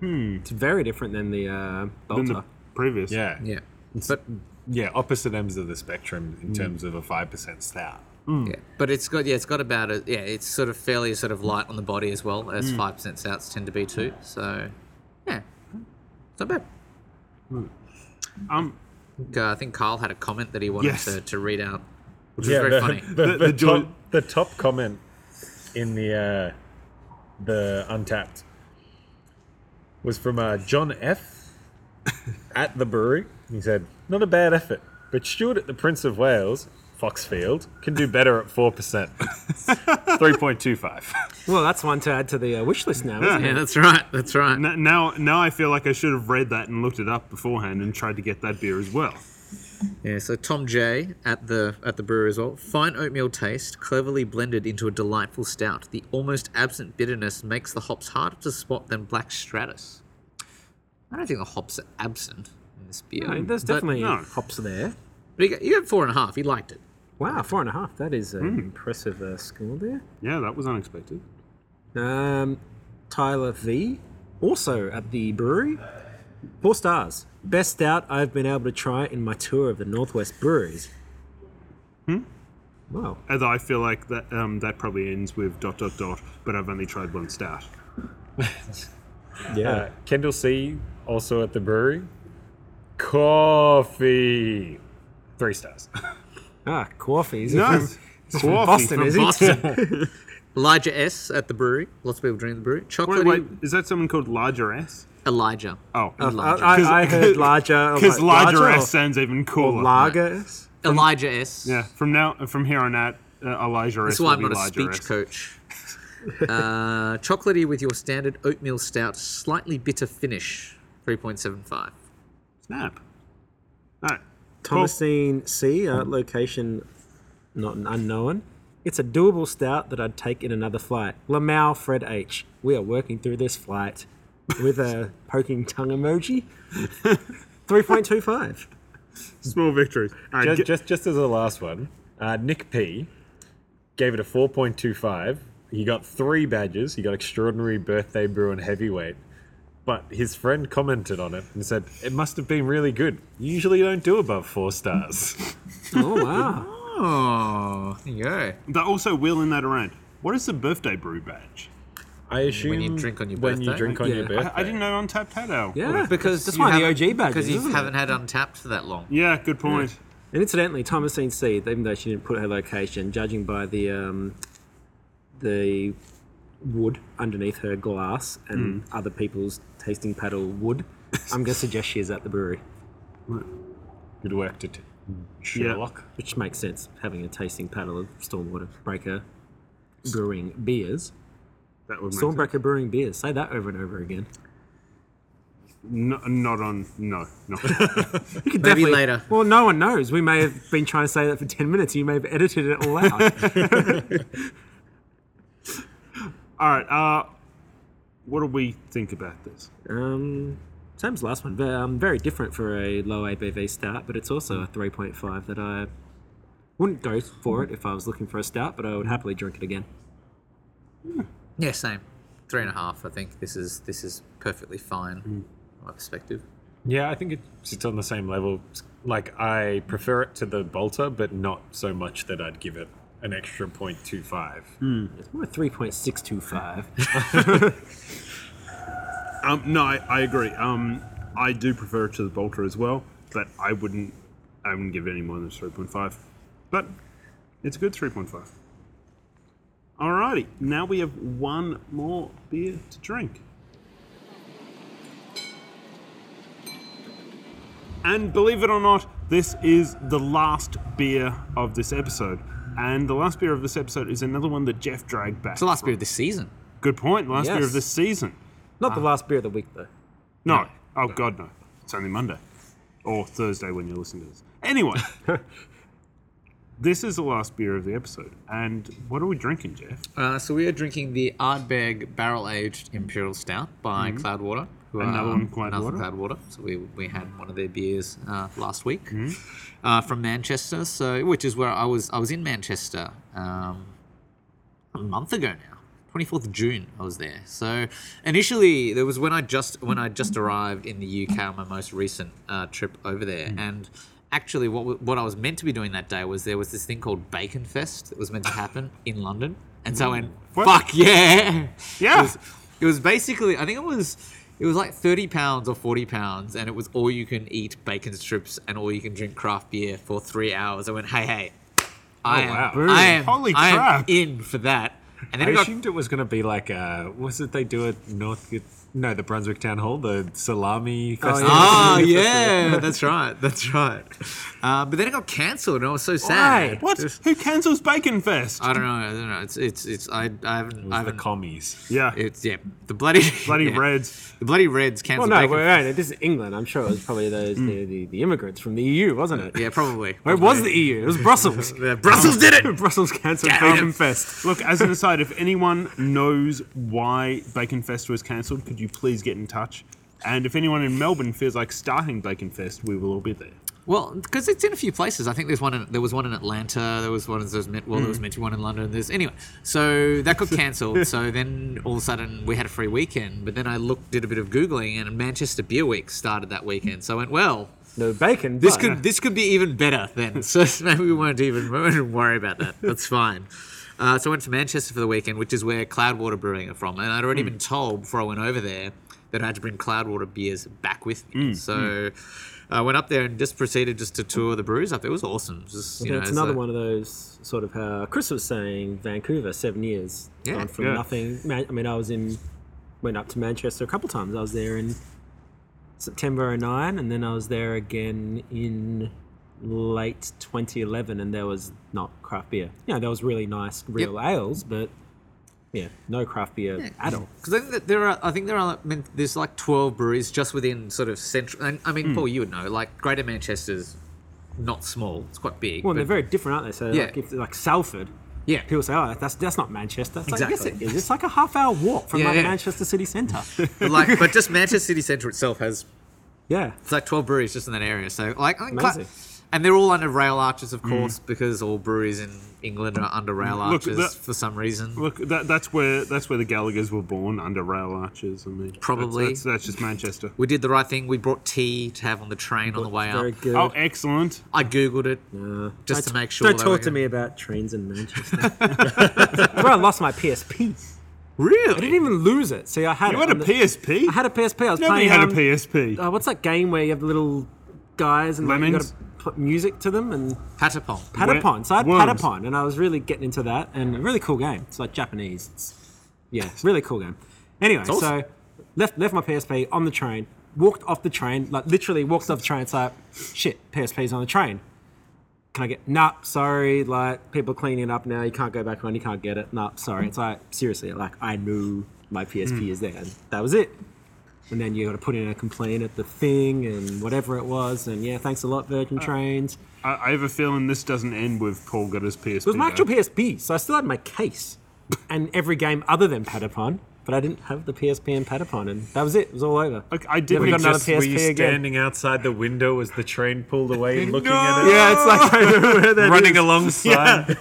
[SPEAKER 3] It's very different than the uh,
[SPEAKER 1] Than
[SPEAKER 3] Belter.
[SPEAKER 1] the previous.
[SPEAKER 4] Yeah.
[SPEAKER 2] Yeah. But
[SPEAKER 4] Yeah, opposite ends of the spectrum in terms of a 5% stout.
[SPEAKER 1] Hmm.
[SPEAKER 2] yeah, but it's got yeah, it's got about a yeah, it's sort of fairly sort of light on the body as well as
[SPEAKER 1] Hmm.
[SPEAKER 2] five percent stouts tend to be too. So yeah, it's not bad.
[SPEAKER 1] Um.
[SPEAKER 2] I think, uh, I think Carl had a comment that he wanted
[SPEAKER 1] Yes.
[SPEAKER 2] to, to read out, which was very funny.
[SPEAKER 1] The- the joy-
[SPEAKER 4] top, the top comment in the uh, the Untapped was from uh, John F. at the brewery. He said, "Not a bad effort, but Stuart at the Prince of Wales." Foxfield can do better at four percent, three point two five.
[SPEAKER 3] Well, that's one to add to the uh, wish list now, isn't
[SPEAKER 2] Yeah,
[SPEAKER 3] it?
[SPEAKER 2] that's right. That's right.
[SPEAKER 1] N- Now, now I feel like I should have read that and looked it up beforehand and tried to get that beer as well.
[SPEAKER 2] Yeah, so Tom J at the at the brewery as well. Fine oatmeal taste, cleverly blended into a delightful stout. The almost absent bitterness makes the hops harder to spot than Black Stratus. I don't think the hops are absent in this beer.
[SPEAKER 3] I mean, there's
[SPEAKER 2] Mm, but-
[SPEAKER 3] definitely
[SPEAKER 1] no.
[SPEAKER 3] hops there.
[SPEAKER 2] But you got, you got four and a half. You liked it.
[SPEAKER 3] Wow, four and a half. That is an impressive uh, score there.
[SPEAKER 1] Yeah, that was unexpected.
[SPEAKER 3] Um, Tyler V, also at the brewery. Four stars. Best stout I've been able to try in my tour of the Northwest breweries. Hmm? Wow.
[SPEAKER 1] Although I feel like that um, that probably ends with dot dot dot, but I've only tried one stout.
[SPEAKER 3] Yeah.
[SPEAKER 4] Uh, Kendall C. also at the brewery. Coffee, three stars.
[SPEAKER 3] ah, coffee. Is
[SPEAKER 1] No,
[SPEAKER 3] it from Boston, is it?
[SPEAKER 2] Boston. Elijah S at the brewery. Lots of people drink at the brewery. Chocolatey
[SPEAKER 1] Wait, wait, is that someone called Larger S?
[SPEAKER 2] Elijah.
[SPEAKER 1] Oh,
[SPEAKER 3] I,
[SPEAKER 2] Elijah.
[SPEAKER 3] I, I heard larger. I'm
[SPEAKER 1] because
[SPEAKER 3] like,
[SPEAKER 1] Larger
[SPEAKER 3] or-
[SPEAKER 1] S sounds even cooler.
[SPEAKER 3] Lager.
[SPEAKER 2] Elijah S.
[SPEAKER 1] yeah, from now from here on out, uh, Elijah S.
[SPEAKER 2] That's why
[SPEAKER 1] will be
[SPEAKER 2] I'm not a
[SPEAKER 1] Larger
[SPEAKER 2] speech
[SPEAKER 1] S.
[SPEAKER 2] coach. uh, chocolatey with your standard oatmeal stout, slightly bitter finish, 3.75.
[SPEAKER 1] Snap. All right.
[SPEAKER 3] Thomasine C,
[SPEAKER 2] oh.
[SPEAKER 3] uh, location not an unknown. It's a doable stout that I'd take in another flight. Lamau Fred H. We are working through this flight with a poking tongue emoji. 3.25.
[SPEAKER 1] Small victories. All right,
[SPEAKER 4] just,
[SPEAKER 1] get-
[SPEAKER 4] just just as a last one, uh, Nick P gave it a 4.25. He got three badges. He got extraordinary birthday brew and heavyweight. But his friend commented on it and said, "It must have been really good. You usually don't do above four stars."
[SPEAKER 3] Oh, wow.
[SPEAKER 2] Oh, there you go.
[SPEAKER 1] they're also wheeling that around. What is the birthday brew badge?
[SPEAKER 4] I assume
[SPEAKER 2] you drink on your
[SPEAKER 4] when you
[SPEAKER 2] birthday?
[SPEAKER 4] drink on
[SPEAKER 3] Yeah.
[SPEAKER 4] your
[SPEAKER 3] I- I
[SPEAKER 4] birthday.
[SPEAKER 1] I didn't know Untapped had our.
[SPEAKER 3] Yeah.
[SPEAKER 2] Because
[SPEAKER 3] that's
[SPEAKER 2] you
[SPEAKER 3] one of the
[SPEAKER 2] haven't-
[SPEAKER 3] OG badges.
[SPEAKER 2] Because you
[SPEAKER 3] isn't it?
[SPEAKER 2] haven't had untapped for that long.
[SPEAKER 1] Yeah, good point.
[SPEAKER 3] And incidentally, Thomasine C, even though she didn't put her location, judging by the um, the wood underneath her glass and
[SPEAKER 2] Hmm.
[SPEAKER 3] other people's tasting paddle wood, I'm going to suggest she is at the brewery,
[SPEAKER 4] Good work to Sherlock.
[SPEAKER 3] which makes sense, having a tasting paddle of Stormwater Breaker brewing beers.
[SPEAKER 1] That would make sense.
[SPEAKER 3] Stormbreaker brewing beers. Say that over and over again.
[SPEAKER 1] No, not on. No, no.
[SPEAKER 3] You could
[SPEAKER 2] Maybe
[SPEAKER 3] definitely-
[SPEAKER 2] later.
[SPEAKER 3] Well, no one knows. We may have been trying to say that for 10 minutes. You may have edited it all out.
[SPEAKER 1] All right. Uh, what do we think about this?
[SPEAKER 3] Um, same as last one. Ve- Um, very different for a low ABV stout, but it's also a 3.5 that I wouldn't go for it if I was looking for a stout, but I would happily drink it again.
[SPEAKER 2] Yeah, same. Three and a half. I think this is this is perfectly fine from my perspective.
[SPEAKER 4] Yeah, I think it sits on the same level. Like I prefer it to the Bolter, but not so much that I'd give it an extra 0.25.
[SPEAKER 3] It's more 3.625.
[SPEAKER 1] Um, no, I, I agree. Um, I do prefer it to the Bolter as well, but I wouldn't. I wouldn't give it any more than three point five. But it's a good three point five. Alrighty, now we have one more beer to drink. And believe it or not, this is the last beer of this episode. And the last beer of this episode is another one that Jeff dragged back.
[SPEAKER 2] It's the last beer of this season.
[SPEAKER 1] Good point. Last beer
[SPEAKER 3] Yes.
[SPEAKER 1] of this season.
[SPEAKER 3] Not the last beer of the week, though.
[SPEAKER 1] No. Oh God, no. It's only Monday or Thursday when you're listening to this. Anyway, this is the last beer of the episode, and what are we drinking, Jeff?
[SPEAKER 2] Uh, so we are drinking the Ardbeg Barrel Aged Imperial Stout by Cloudwater. Who
[SPEAKER 1] Mm-hmm. Another
[SPEAKER 2] are,
[SPEAKER 1] one, Cloudwater.
[SPEAKER 2] Another Cloudwater. So we, we had one of their beers uh, last week
[SPEAKER 1] Mm-hmm.
[SPEAKER 2] uh, from Manchester. So which is where I was I was in Manchester um, a month ago now. 24th of June, I was there. So initially, there was when I just when I just arrived in the UK on my most recent uh, trip over there,
[SPEAKER 1] Hmm.
[SPEAKER 2] and actually, what w- what I was meant to be doing that day was there was this thing called Bacon Fest that was meant to happen in London, and so I went, fuck yeah,
[SPEAKER 1] Hmm. Yeah.
[SPEAKER 2] It was, it was basically, I think it was. It was like thirty pounds or forty pounds, and it was all you can eat bacon strips and all you can drink craft beer for three hours. I went, hey, hey, I am,
[SPEAKER 4] wow.
[SPEAKER 2] I am,
[SPEAKER 1] Oh, Holy
[SPEAKER 2] I am
[SPEAKER 1] crap.
[SPEAKER 2] in for that. And then
[SPEAKER 4] I
[SPEAKER 2] it got
[SPEAKER 4] assumed it was going to be like, uh, was it they do at North? No, the Brunswick Town Hall, the
[SPEAKER 3] Oh,
[SPEAKER 4] salami festival.
[SPEAKER 2] Ah, yeah, that's right, that's right. Uh, but then it got cancelled, and I was so sad.
[SPEAKER 1] What? Who cancels Bacon Fest?
[SPEAKER 2] I don't know. I don't know. It's it's it's. I I haven't. I
[SPEAKER 4] It was
[SPEAKER 2] haven't
[SPEAKER 4] the commies.
[SPEAKER 1] yeah,
[SPEAKER 2] it's yeah. The bloody
[SPEAKER 1] bloody
[SPEAKER 2] yeah.
[SPEAKER 1] Reds.
[SPEAKER 2] The bloody Reds
[SPEAKER 3] Well,
[SPEAKER 2] cancelled.
[SPEAKER 3] Oh, no,
[SPEAKER 2] Bacon-
[SPEAKER 3] wait, wait, this is England. I'm sure it was probably those the, the, the immigrants from the EU, wasn't it?
[SPEAKER 2] Mm. yeah, probably.
[SPEAKER 3] Where was the EU? It was Brussels.
[SPEAKER 2] Yeah, Brussels did it.
[SPEAKER 3] Brussels cancelled
[SPEAKER 2] Damn it.
[SPEAKER 3] Bacon Fest.
[SPEAKER 1] Look, as an aside, if anyone knows why Bacon Fest was cancelled, could you please get in touch? And if anyone in Melbourne feels like starting Bacon Fest, we will all be there.
[SPEAKER 2] Well, because it's in a few places. I think there's one. In, there was one in Atlanta. There was one. There was meant. Well,
[SPEAKER 3] Hmm.
[SPEAKER 2] there was meant to be one in London. There's anyway. So that got cancelled. so then all of a sudden we had a free weekend. But then I looked, did a bit of googling, and Manchester Beer Week started that weekend. So I went, well,
[SPEAKER 3] No bacon.
[SPEAKER 2] this
[SPEAKER 3] but-
[SPEAKER 2] could this could be even better then. So maybe we won't even we won't worry about that. That's fine. Uh, so I went to Manchester for the weekend, which is where Cloudwater Brewing are from, and I'd already
[SPEAKER 3] Hmm.
[SPEAKER 2] been told before I went over there that I had to bring Cloudwater beers back with
[SPEAKER 3] Hmm,
[SPEAKER 2] me. So I went up there and just proceeded just to tour the brews up. there. It was awesome. Just you
[SPEAKER 3] Yeah,
[SPEAKER 2] know,
[SPEAKER 3] it's another
[SPEAKER 2] like-
[SPEAKER 3] one of those sort of how Chris was saying Vancouver, seven years.
[SPEAKER 2] Yeah.
[SPEAKER 3] Gone from
[SPEAKER 1] Yeah.
[SPEAKER 3] nothing. Man, I mean, I was in, went up to Manchester a couple times. I was there in September 09, and then I was there again in late 2011, and there was not craft beer. You know, there was really nice real ales, but yeah, no craft beer at all.
[SPEAKER 2] Because I think that there are, I think there are, I mean, there's like 12 breweries just within sort of central. And I mean,
[SPEAKER 3] Hmm.
[SPEAKER 2] Paul, you would know, like Greater Manchester's not small; it's quite big.
[SPEAKER 3] Well, and
[SPEAKER 2] but-
[SPEAKER 3] they're very different, aren't they? So,
[SPEAKER 2] Yeah.
[SPEAKER 3] like, if, like Salford.
[SPEAKER 2] yeah,
[SPEAKER 3] People say, oh, that's, that's not Manchester. It's like, yes,
[SPEAKER 2] Exactly.
[SPEAKER 3] it is. It's like a half hour walk from
[SPEAKER 2] Yeah,
[SPEAKER 3] like,
[SPEAKER 2] yeah.
[SPEAKER 3] Manchester city centre.
[SPEAKER 2] But like, but just Manchester City Centre itself has
[SPEAKER 3] yeah.
[SPEAKER 2] it's like twelve breweries just in that area. So like, I think Cla-
[SPEAKER 3] Amazing. Mm.
[SPEAKER 2] and they're all under rail arches, of course, because all breweries in England are under rail
[SPEAKER 1] Look,
[SPEAKER 2] arches
[SPEAKER 1] that-
[SPEAKER 2] for some reason.
[SPEAKER 1] Look, that, that's where that's where the Gallagher's were born under rail arches. I mean, that's-
[SPEAKER 2] Probably.
[SPEAKER 1] that's, that's just Manchester.
[SPEAKER 2] we did the right thing. We brought tea to have on the train on the way
[SPEAKER 3] Very
[SPEAKER 2] up.
[SPEAKER 3] good.
[SPEAKER 1] Oh, excellent.
[SPEAKER 2] I googled it
[SPEAKER 3] Uh,
[SPEAKER 2] just
[SPEAKER 3] don't-
[SPEAKER 2] to make sure.
[SPEAKER 3] Don't
[SPEAKER 2] that
[SPEAKER 3] talk
[SPEAKER 2] we-
[SPEAKER 3] to me about trains in Manchester. Bro, I lost my PSP. I
[SPEAKER 2] Really?
[SPEAKER 3] didn't even lose it. See, I had
[SPEAKER 1] You
[SPEAKER 3] it
[SPEAKER 1] had a
[SPEAKER 3] on the-
[SPEAKER 1] PSP.
[SPEAKER 3] I had a PSP. I was
[SPEAKER 1] Nobody
[SPEAKER 3] playing.
[SPEAKER 1] had a
[SPEAKER 3] um,
[SPEAKER 1] PSP.
[SPEAKER 3] uh, what's that game where you have the little guys and like, you
[SPEAKER 1] Lemmings?
[SPEAKER 3] gotta- put music to them and
[SPEAKER 2] Patapon.
[SPEAKER 3] Patapon. So I had
[SPEAKER 1] Worms.
[SPEAKER 3] Patapon, and I was really getting into that, and a really cool game. It's like Japanese. It's, yeah, it's a really cool game. Anyway,
[SPEAKER 2] awesome.
[SPEAKER 3] so left left my PSP on the train, walked off the train, like literally walked off the train. It's like, shit, PSP's on the train. Can I get? Nah, sorry. Like people cleaning it up now. You can't go back on. You can't get it. Nah, sorry. It's like seriously. Like I knew my PSP is there. And that was it. And then you got to put in a complaint at the thing and whatever it was. And yeah, thanks a lot, Virgin Trains.
[SPEAKER 1] I, I have a feeling this doesn't end with Paul got his PSP.
[SPEAKER 3] It was my
[SPEAKER 1] back.
[SPEAKER 3] actual PSP, so I still had my case and every game other than Patapon, but I didn't have the PSP and Patapon, and that was it. It was all over.
[SPEAKER 1] Like, I did
[SPEAKER 3] Never got
[SPEAKER 1] not
[SPEAKER 3] another
[SPEAKER 4] Just, were you
[SPEAKER 3] PSP again.
[SPEAKER 4] standing outside the window as the train pulled away, looking at it,
[SPEAKER 3] Yeah, it's like I don't know where that
[SPEAKER 4] running
[SPEAKER 3] is.
[SPEAKER 4] alongside?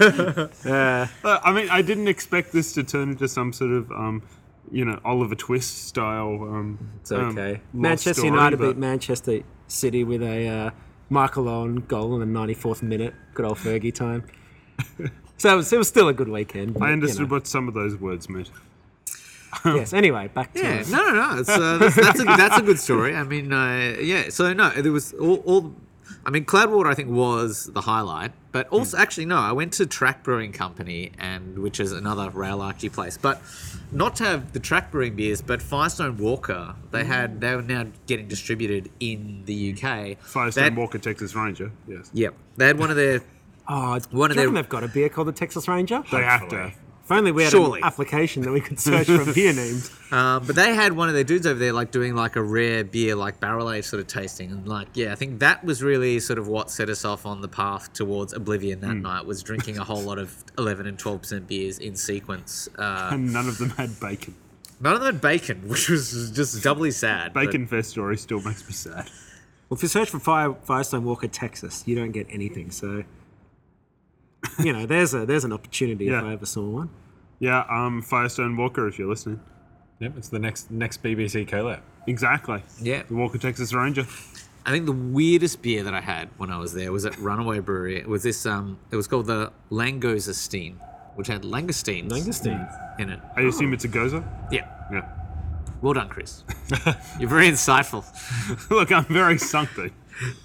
[SPEAKER 1] Uh, I mean, I didn't expect this to turn into some sort of, um, you know, Oliver Twist style. Um,
[SPEAKER 3] It's okay. Manchester
[SPEAKER 1] Manchester story,
[SPEAKER 3] United
[SPEAKER 1] but
[SPEAKER 3] beat Manchester City with a uh, Michael Owen goal in the 94th minute. Good old Fergie time. so it was, it was still a good weekend. but,
[SPEAKER 1] I
[SPEAKER 3] you
[SPEAKER 1] understood
[SPEAKER 3] know.
[SPEAKER 1] what some of those words meant.
[SPEAKER 3] Yes. Anyway, back to
[SPEAKER 2] Yeah, no, no, no. It's, uh, that's, that's, a, that's a good story. I mean, uh, yeah. So no, there was all, all. I mean, Cloudwater, I think, was the highlight. But also, actually, no. I went to Track Brewing Company, and which is another rail archy place. But not to have the Track Brewing beers, but Firestone Walker. They had. They were now getting distributed in the UK.
[SPEAKER 1] Firestone
[SPEAKER 2] That-
[SPEAKER 1] Walker, Texas Ranger. Yes.
[SPEAKER 2] Yep. They had one of their. One
[SPEAKER 3] Oh, one
[SPEAKER 2] of
[SPEAKER 3] of
[SPEAKER 2] their-
[SPEAKER 3] them. They've got a beer called the Texas Ranger.
[SPEAKER 1] They have to.
[SPEAKER 3] If only we had
[SPEAKER 2] Surely.
[SPEAKER 3] an application that we could search for beer names.
[SPEAKER 2] Um, but they had one of their dudes over there, like doing like a rare beer, like barrel aged sort of tasting, and like yeah, I think that was really sort of what set us off on the path towards oblivion that night. Was drinking a whole lot of eleven and twelve percent beers in sequence. Uh,
[SPEAKER 1] And none of them had bacon.
[SPEAKER 2] none of them had bacon, which was just doubly sad. but-
[SPEAKER 1] Bacon Fair story still makes me sad.
[SPEAKER 3] Well, if you search for Fire, Firestone Walker, Texas, you don't get anything. So, you know, there's a there's an opportunity if
[SPEAKER 1] Yeah.
[SPEAKER 3] I ever saw one.
[SPEAKER 1] Yeah, um, Firestone Walker, if you're listening.
[SPEAKER 4] Yep, it's the next next BBC collab.
[SPEAKER 1] Exactly.
[SPEAKER 2] Yeah.
[SPEAKER 1] The Walker, Texas Ranger.
[SPEAKER 2] I think the weirdest beer that I had when I was there was at Runaway Brewery. It was this um, it was called the Langosteen, which had langoustines
[SPEAKER 3] Langoustine.
[SPEAKER 2] in it.
[SPEAKER 1] I assume it's a gozer?
[SPEAKER 2] Yeah,
[SPEAKER 1] Yeah.
[SPEAKER 2] well done, Chris. You're very insightful.
[SPEAKER 1] Look, I'm very something.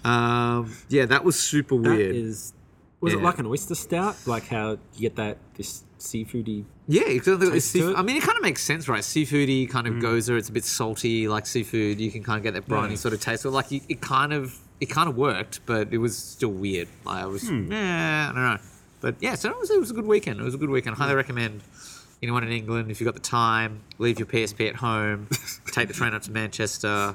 [SPEAKER 2] Um, yeah, that was super
[SPEAKER 3] That
[SPEAKER 2] weird.
[SPEAKER 3] is- was it
[SPEAKER 2] Yeah.
[SPEAKER 3] like an oyster stout? Like how you get that this seafoody?
[SPEAKER 2] Yeah, exactly. It's
[SPEAKER 3] to
[SPEAKER 2] seafood.
[SPEAKER 3] it.
[SPEAKER 2] I mean, it kind of makes sense, right? Seafoody kind
[SPEAKER 3] Mm.
[SPEAKER 2] of gozer. It's a bit salty, like seafood. You can kind of get that briny sort of taste. So, like, you, it kind of it kind of worked, but it was still weird. Like, I was,
[SPEAKER 3] Hmm.
[SPEAKER 2] yeah, I don't know. But yeah, so it was, it was a good weekend. It was a good weekend.
[SPEAKER 3] Hmm.
[SPEAKER 2] Highly recommend anyone in England if you've got the time, leave your PSP at home, take the train up to Manchester.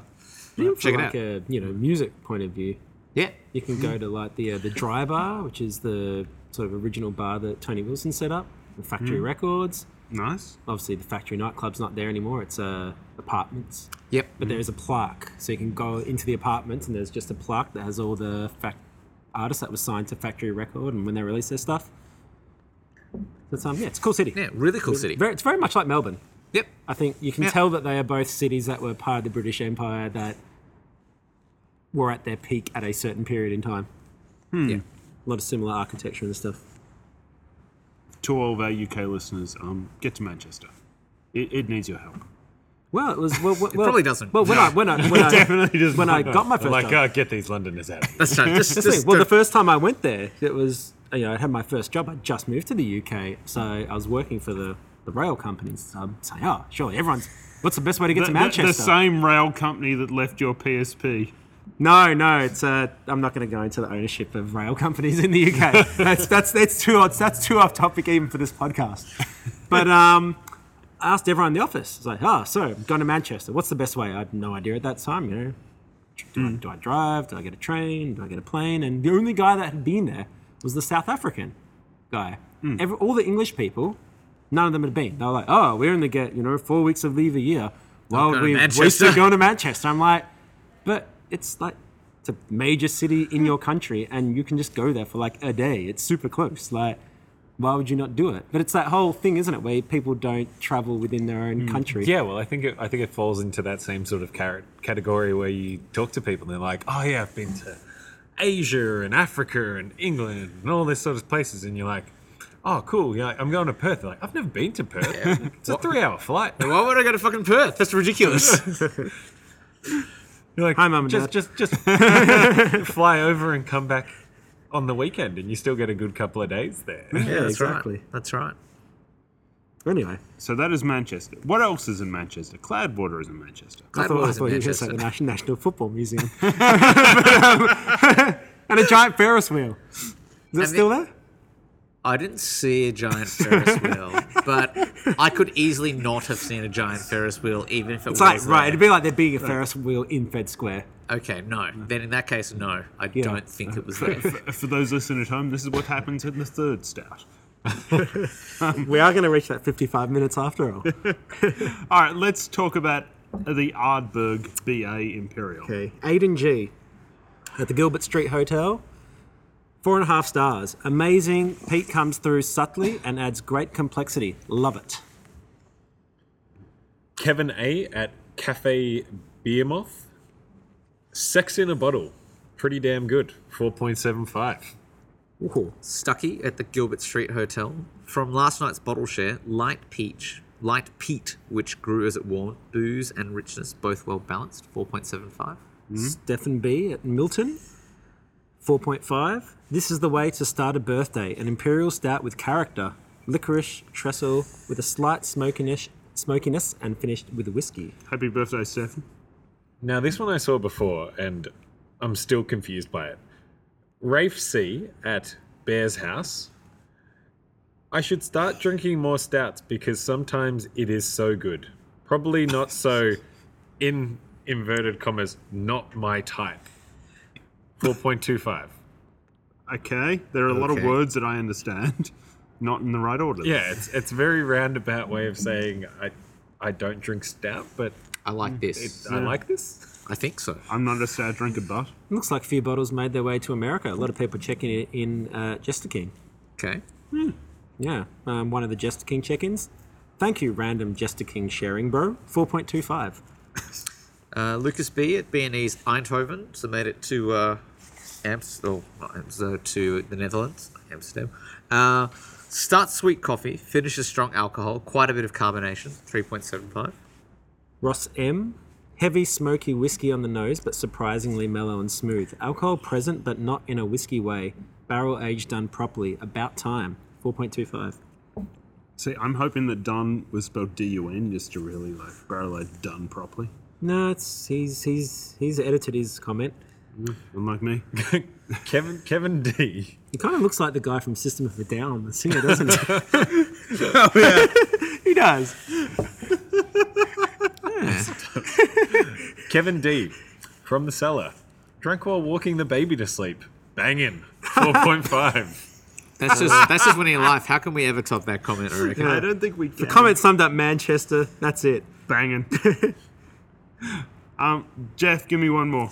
[SPEAKER 2] Check it
[SPEAKER 3] like
[SPEAKER 2] out.
[SPEAKER 3] a you know music point of view.
[SPEAKER 2] Yeah,
[SPEAKER 3] You can go to like the uh, the Dry Bar, which is the sort of original bar that Tony Wilson set up, the
[SPEAKER 2] Hmm.
[SPEAKER 3] Factory Records.
[SPEAKER 1] Nice.
[SPEAKER 3] Obviously, the Factory nightclub's not there anymore. It's uh, apartments.
[SPEAKER 2] yep.
[SPEAKER 3] but there is a plaque. So you can go into the apartments and there's just a plaque that has all the fact artists that were signed to Factory Record and when they released their stuff. That's um, yeah, it's a cool city.
[SPEAKER 2] Yeah, really cool city.
[SPEAKER 3] Very, it's very much like Melbourne.
[SPEAKER 2] Yep.
[SPEAKER 3] I think you can
[SPEAKER 2] Yeah.
[SPEAKER 3] tell that they are both cities that were part of the British Empire that were at their peak at a certain period in time. Hmm.
[SPEAKER 2] Yeah.
[SPEAKER 3] A lot of similar architecture and stuff.
[SPEAKER 1] To all of our UK listeners, um, get to Manchester. It, it needs your help.
[SPEAKER 3] Well, it was well, well, it
[SPEAKER 2] probably doesn't.
[SPEAKER 3] Well, when I when I when I,
[SPEAKER 1] Definitely doesn't
[SPEAKER 3] when I
[SPEAKER 1] help.
[SPEAKER 3] got my first
[SPEAKER 4] Like,
[SPEAKER 3] job-
[SPEAKER 4] oh, get these Londoners out. of here.
[SPEAKER 2] That's right. Just,
[SPEAKER 3] That's the
[SPEAKER 2] just
[SPEAKER 3] thing. Well, the
[SPEAKER 2] don't-
[SPEAKER 3] first time I went there, it was you know I had my first job. I just moved to the UK, so I was working for the, the rail companies. So I'm saying, oh, surely everyone's. What's the best way to get
[SPEAKER 1] The,
[SPEAKER 3] to
[SPEAKER 1] the-
[SPEAKER 3] Manchester?
[SPEAKER 1] the same rail company that left your PSP.
[SPEAKER 3] No, no, it's uh, I'm not going to go into the ownership of rail companies in the UK. that's that's that's too odd. That's too off topic even for this podcast. But um, I asked everyone in the office. I was like, oh, so I'm going to Manchester. What's the best way? I had no idea at that time. You know, do,
[SPEAKER 2] Mm.
[SPEAKER 3] I, do I drive? Do I get a train? Do I get a plane? And the only guy that had been there was the South African guy.
[SPEAKER 2] Mm.
[SPEAKER 3] Every, all the English people, none of them had been. They were like, oh, we only get you know four weeks of leave a year. Why
[SPEAKER 2] go
[SPEAKER 3] would
[SPEAKER 2] to
[SPEAKER 3] we waste
[SPEAKER 2] Manchester."
[SPEAKER 3] it going to Manchester? I'm like. But it's like it's a major city in your country, and you can just go there for like a day. It's super close. Like, why would you not do it? But it's that whole thing, isn't it, where people don't travel within their own country.
[SPEAKER 4] Yeah, well, I think it, I think it falls into that same sort of car- category where you talk to people and they're like, "Oh yeah, I've been to Asia and Africa and England and all this sort of places," and you're like, "Oh, cool." You're like, "I'm going to Perth." They're like, "I've never been to Perth. it's a three-hour flight."
[SPEAKER 2] Why would I go to fucking Perth? That's ridiculous.
[SPEAKER 4] You're like,
[SPEAKER 3] Hi, Mum and
[SPEAKER 4] just,
[SPEAKER 3] Dad."
[SPEAKER 4] Just, just fly over and come back on the weekend, and you still get a good couple of days there.
[SPEAKER 3] Yeah, exactly.
[SPEAKER 2] That's right.
[SPEAKER 3] Anyway,
[SPEAKER 1] So that is Manchester. What else is in Manchester? Cloudwater is in Manchester.
[SPEAKER 3] I thought, I thought you were going to say the
[SPEAKER 2] Manchester.
[SPEAKER 3] National, National Football Museum. But, um, and a giant Ferris wheel. Is that
[SPEAKER 2] And
[SPEAKER 3] still
[SPEAKER 2] the-
[SPEAKER 3] there?
[SPEAKER 2] I didn't see a giant Ferris wheel, but I could easily not have seen a giant Ferris wheel, even if it was
[SPEAKER 3] It's like, right,
[SPEAKER 2] there.
[SPEAKER 3] it'd be like there being a Ferris wheel in Fed Square.
[SPEAKER 2] Okay, no. Then in that case, no. I don't think it was there.
[SPEAKER 1] For- For those listening at home, this is what happens in the third stout.
[SPEAKER 3] We are going to reach that 55 minutes after all.
[SPEAKER 1] All right, let's talk about the Ardberg BA Imperial.
[SPEAKER 3] Okay. Aiden G at the Gilbert Street Hotel. Four and a half stars. Amazing. Pete comes through subtly and adds great complexity. Love it.
[SPEAKER 4] Kevin A at Cafe Beermoth. Sex in a bottle. Pretty damn good. 4.75.
[SPEAKER 3] Ooh.
[SPEAKER 2] Stucky at the Gilbert Street Hotel. From last night's bottle share, light peach, light peat, which grew as it warmed, booze and richness, both well balanced, 4.75.
[SPEAKER 3] Stefan B at Milton. 4.5. This is the way to start a birthday. An imperial stout with character, licorice, trestle, with a slight smokiness, smokiness and finished with whiskey.
[SPEAKER 1] Happy birthday, Stefan.
[SPEAKER 4] Now, this one I saw before, and I'm still confused by it. Rafe C. at Bear's House. I should start drinking more stouts because sometimes it is so good. Probably not so, in inverted commas, not my type. 4.25.
[SPEAKER 1] Okay, there are a lot of
[SPEAKER 2] Okay.
[SPEAKER 1] words that I understand, not in the right order.
[SPEAKER 4] Yeah, it's it's a very roundabout way of saying I I don't drink stout, but
[SPEAKER 2] I
[SPEAKER 3] Mm.
[SPEAKER 2] like
[SPEAKER 4] it,
[SPEAKER 2] this.
[SPEAKER 4] I like this.
[SPEAKER 2] I think so.
[SPEAKER 1] I'm not a stout drinker, but
[SPEAKER 3] It looks like a few bottles made their way to America. A lot of people checking it in uh, Jester King.
[SPEAKER 2] Okay.
[SPEAKER 3] Yeah, um, one of the Jester King check-ins. Thank you, random Jester King sharing, bro. Four point two five.
[SPEAKER 2] Uh, Lucas B at B&E's Eindhoven, so made it to uh, Amsterdam, not Amsterdam, to the Netherlands, Amsterdam. Uh, starts sweet coffee, finishes strong alcohol, quite a bit of carbonation, 3.75.
[SPEAKER 3] Ross M. Heavy smoky whiskey on the nose, but surprisingly mellow and smooth. Alcohol present, but not in a whiskey way. Barrel aged done properly. About time. Four point two five.
[SPEAKER 1] see, I'm hoping that Dun was spelled D U N just to really like barrel aged Dun properly,
[SPEAKER 3] No, it's he's he's he's edited his comment.
[SPEAKER 1] unlike me.
[SPEAKER 4] Kevin Kevin D.
[SPEAKER 3] He kind of looks like the guy from System of a Down, the singer, doesn't he? he does.
[SPEAKER 4] Kevin D. From the cellar. Drank while walking the baby to sleep. Bangin. Four point five.
[SPEAKER 2] That's just that's just winning in life. How can we ever top that comment? I reckon.
[SPEAKER 1] I don't think we can.
[SPEAKER 3] Comment summed up Manchester. That's it.
[SPEAKER 1] banging. um, Jeff, give me one more.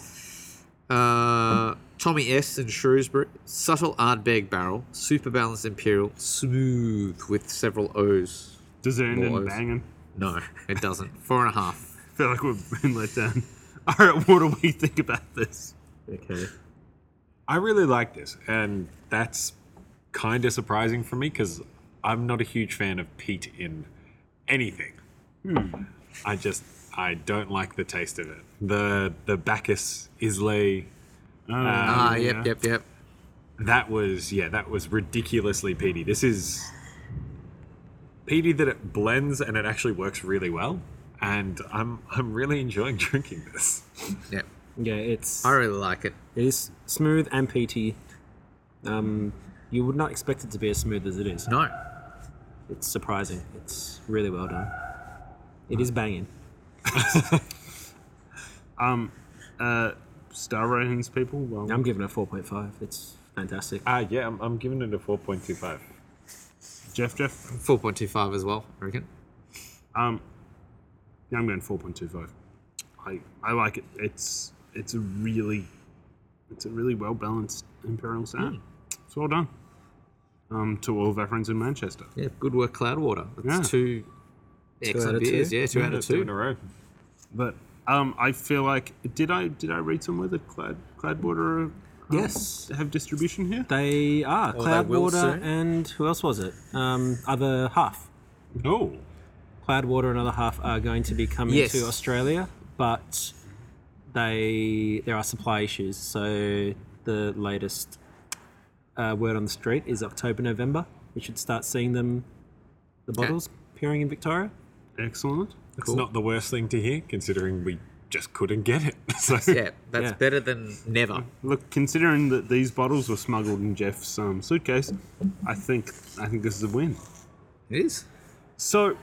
[SPEAKER 2] Uh, Tommy S in Shrewsbury, subtle Ardbeg barrel, super balanced imperial, smooth with several O's.
[SPEAKER 1] Does it end in
[SPEAKER 2] Boys.
[SPEAKER 1] banging?
[SPEAKER 2] No, it doesn't. Four and a half.
[SPEAKER 1] feel like we've been let down. All right, what do we think about this?
[SPEAKER 3] Okay.
[SPEAKER 4] I really like this, and that's kinda surprising for me because I'm not a huge fan of peat in anything. Hmm. I just I don't like the taste of it. The the Bacchus Islay
[SPEAKER 2] Ah, yep, yep, yep.
[SPEAKER 4] that was yeah that was ridiculously peaty this is peaty that it blends and it actually works really well and i'm i'm really enjoying drinking this
[SPEAKER 2] Yep.
[SPEAKER 3] Yeah, it's
[SPEAKER 2] I really like it.
[SPEAKER 3] It is smooth and peaty. Um, you would not expect it to be as smooth as it is.
[SPEAKER 2] No.
[SPEAKER 3] It's surprising. It's really well done. It is banging.
[SPEAKER 1] Uh, star ratings, people. Well,
[SPEAKER 3] I'm giving it 4.5. It's fantastic.
[SPEAKER 4] ah yeah I'm, I'm giving it a 4.25
[SPEAKER 1] Jeff, Jeff.
[SPEAKER 2] Four point two five as well. I reckon.
[SPEAKER 1] Um, yeah, I'm going 4.25. I I like it. It's it's a really it's a really well balanced imperial sound. It's well done. Um, to all of our friends in Manchester.
[SPEAKER 2] Yeah. Good work, Cloudwater. It's
[SPEAKER 1] Yeah.
[SPEAKER 2] two excellent
[SPEAKER 3] out of
[SPEAKER 2] beers.
[SPEAKER 3] two.
[SPEAKER 2] Yeah, two out of
[SPEAKER 4] two in
[SPEAKER 2] two.
[SPEAKER 4] a row
[SPEAKER 1] But um, I feel like did I did I read somewhere that Cloud Cloudwater
[SPEAKER 3] Yes.
[SPEAKER 1] have distribution here?
[SPEAKER 3] They are.
[SPEAKER 2] they will
[SPEAKER 3] Cloudwater
[SPEAKER 2] soon.
[SPEAKER 3] and who else was it? Um, other half.
[SPEAKER 4] oh
[SPEAKER 3] Cloudwater and other half are going to be coming
[SPEAKER 2] Yes.
[SPEAKER 3] to Australia, but they there are supply issues. So the latest uh, word on the street is October, November. We should start seeing them, the bottles appearing in Victoria.
[SPEAKER 1] Excellent.
[SPEAKER 4] It's not the worst thing to hear, considering we just couldn't get it. So
[SPEAKER 6] Yeah, that's
[SPEAKER 3] Yeah.
[SPEAKER 6] better than never.
[SPEAKER 1] Look, considering that these bottles were smuggled in Jeff's um, suitcase, I think I think this is a win.
[SPEAKER 6] It is.
[SPEAKER 1] So,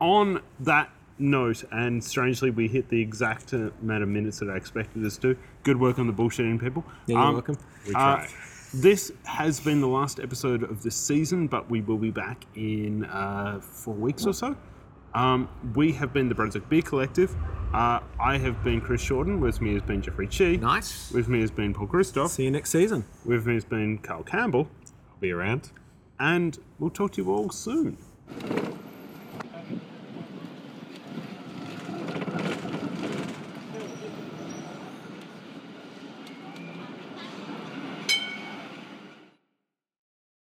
[SPEAKER 1] on that note, and strangely, we hit the exact uh, amount of minutes that I expected us to. Good work on the bullshitting people.
[SPEAKER 3] Yeah, you're welcome.
[SPEAKER 4] we
[SPEAKER 1] Uh,
[SPEAKER 4] try.
[SPEAKER 1] this has been the last episode of this season, but we will be back in uh, four weeks or so. Um, we have been the Brunswick Beer Collective. Uh, I have been Chris Shorten. With me has been Jeffrey Chi.
[SPEAKER 6] Nice.
[SPEAKER 1] With me has been Paul Christoph.
[SPEAKER 3] See you next season.
[SPEAKER 1] With me has been Carl Campbell.
[SPEAKER 4] I'll be around.
[SPEAKER 1] And we'll talk to you all soon.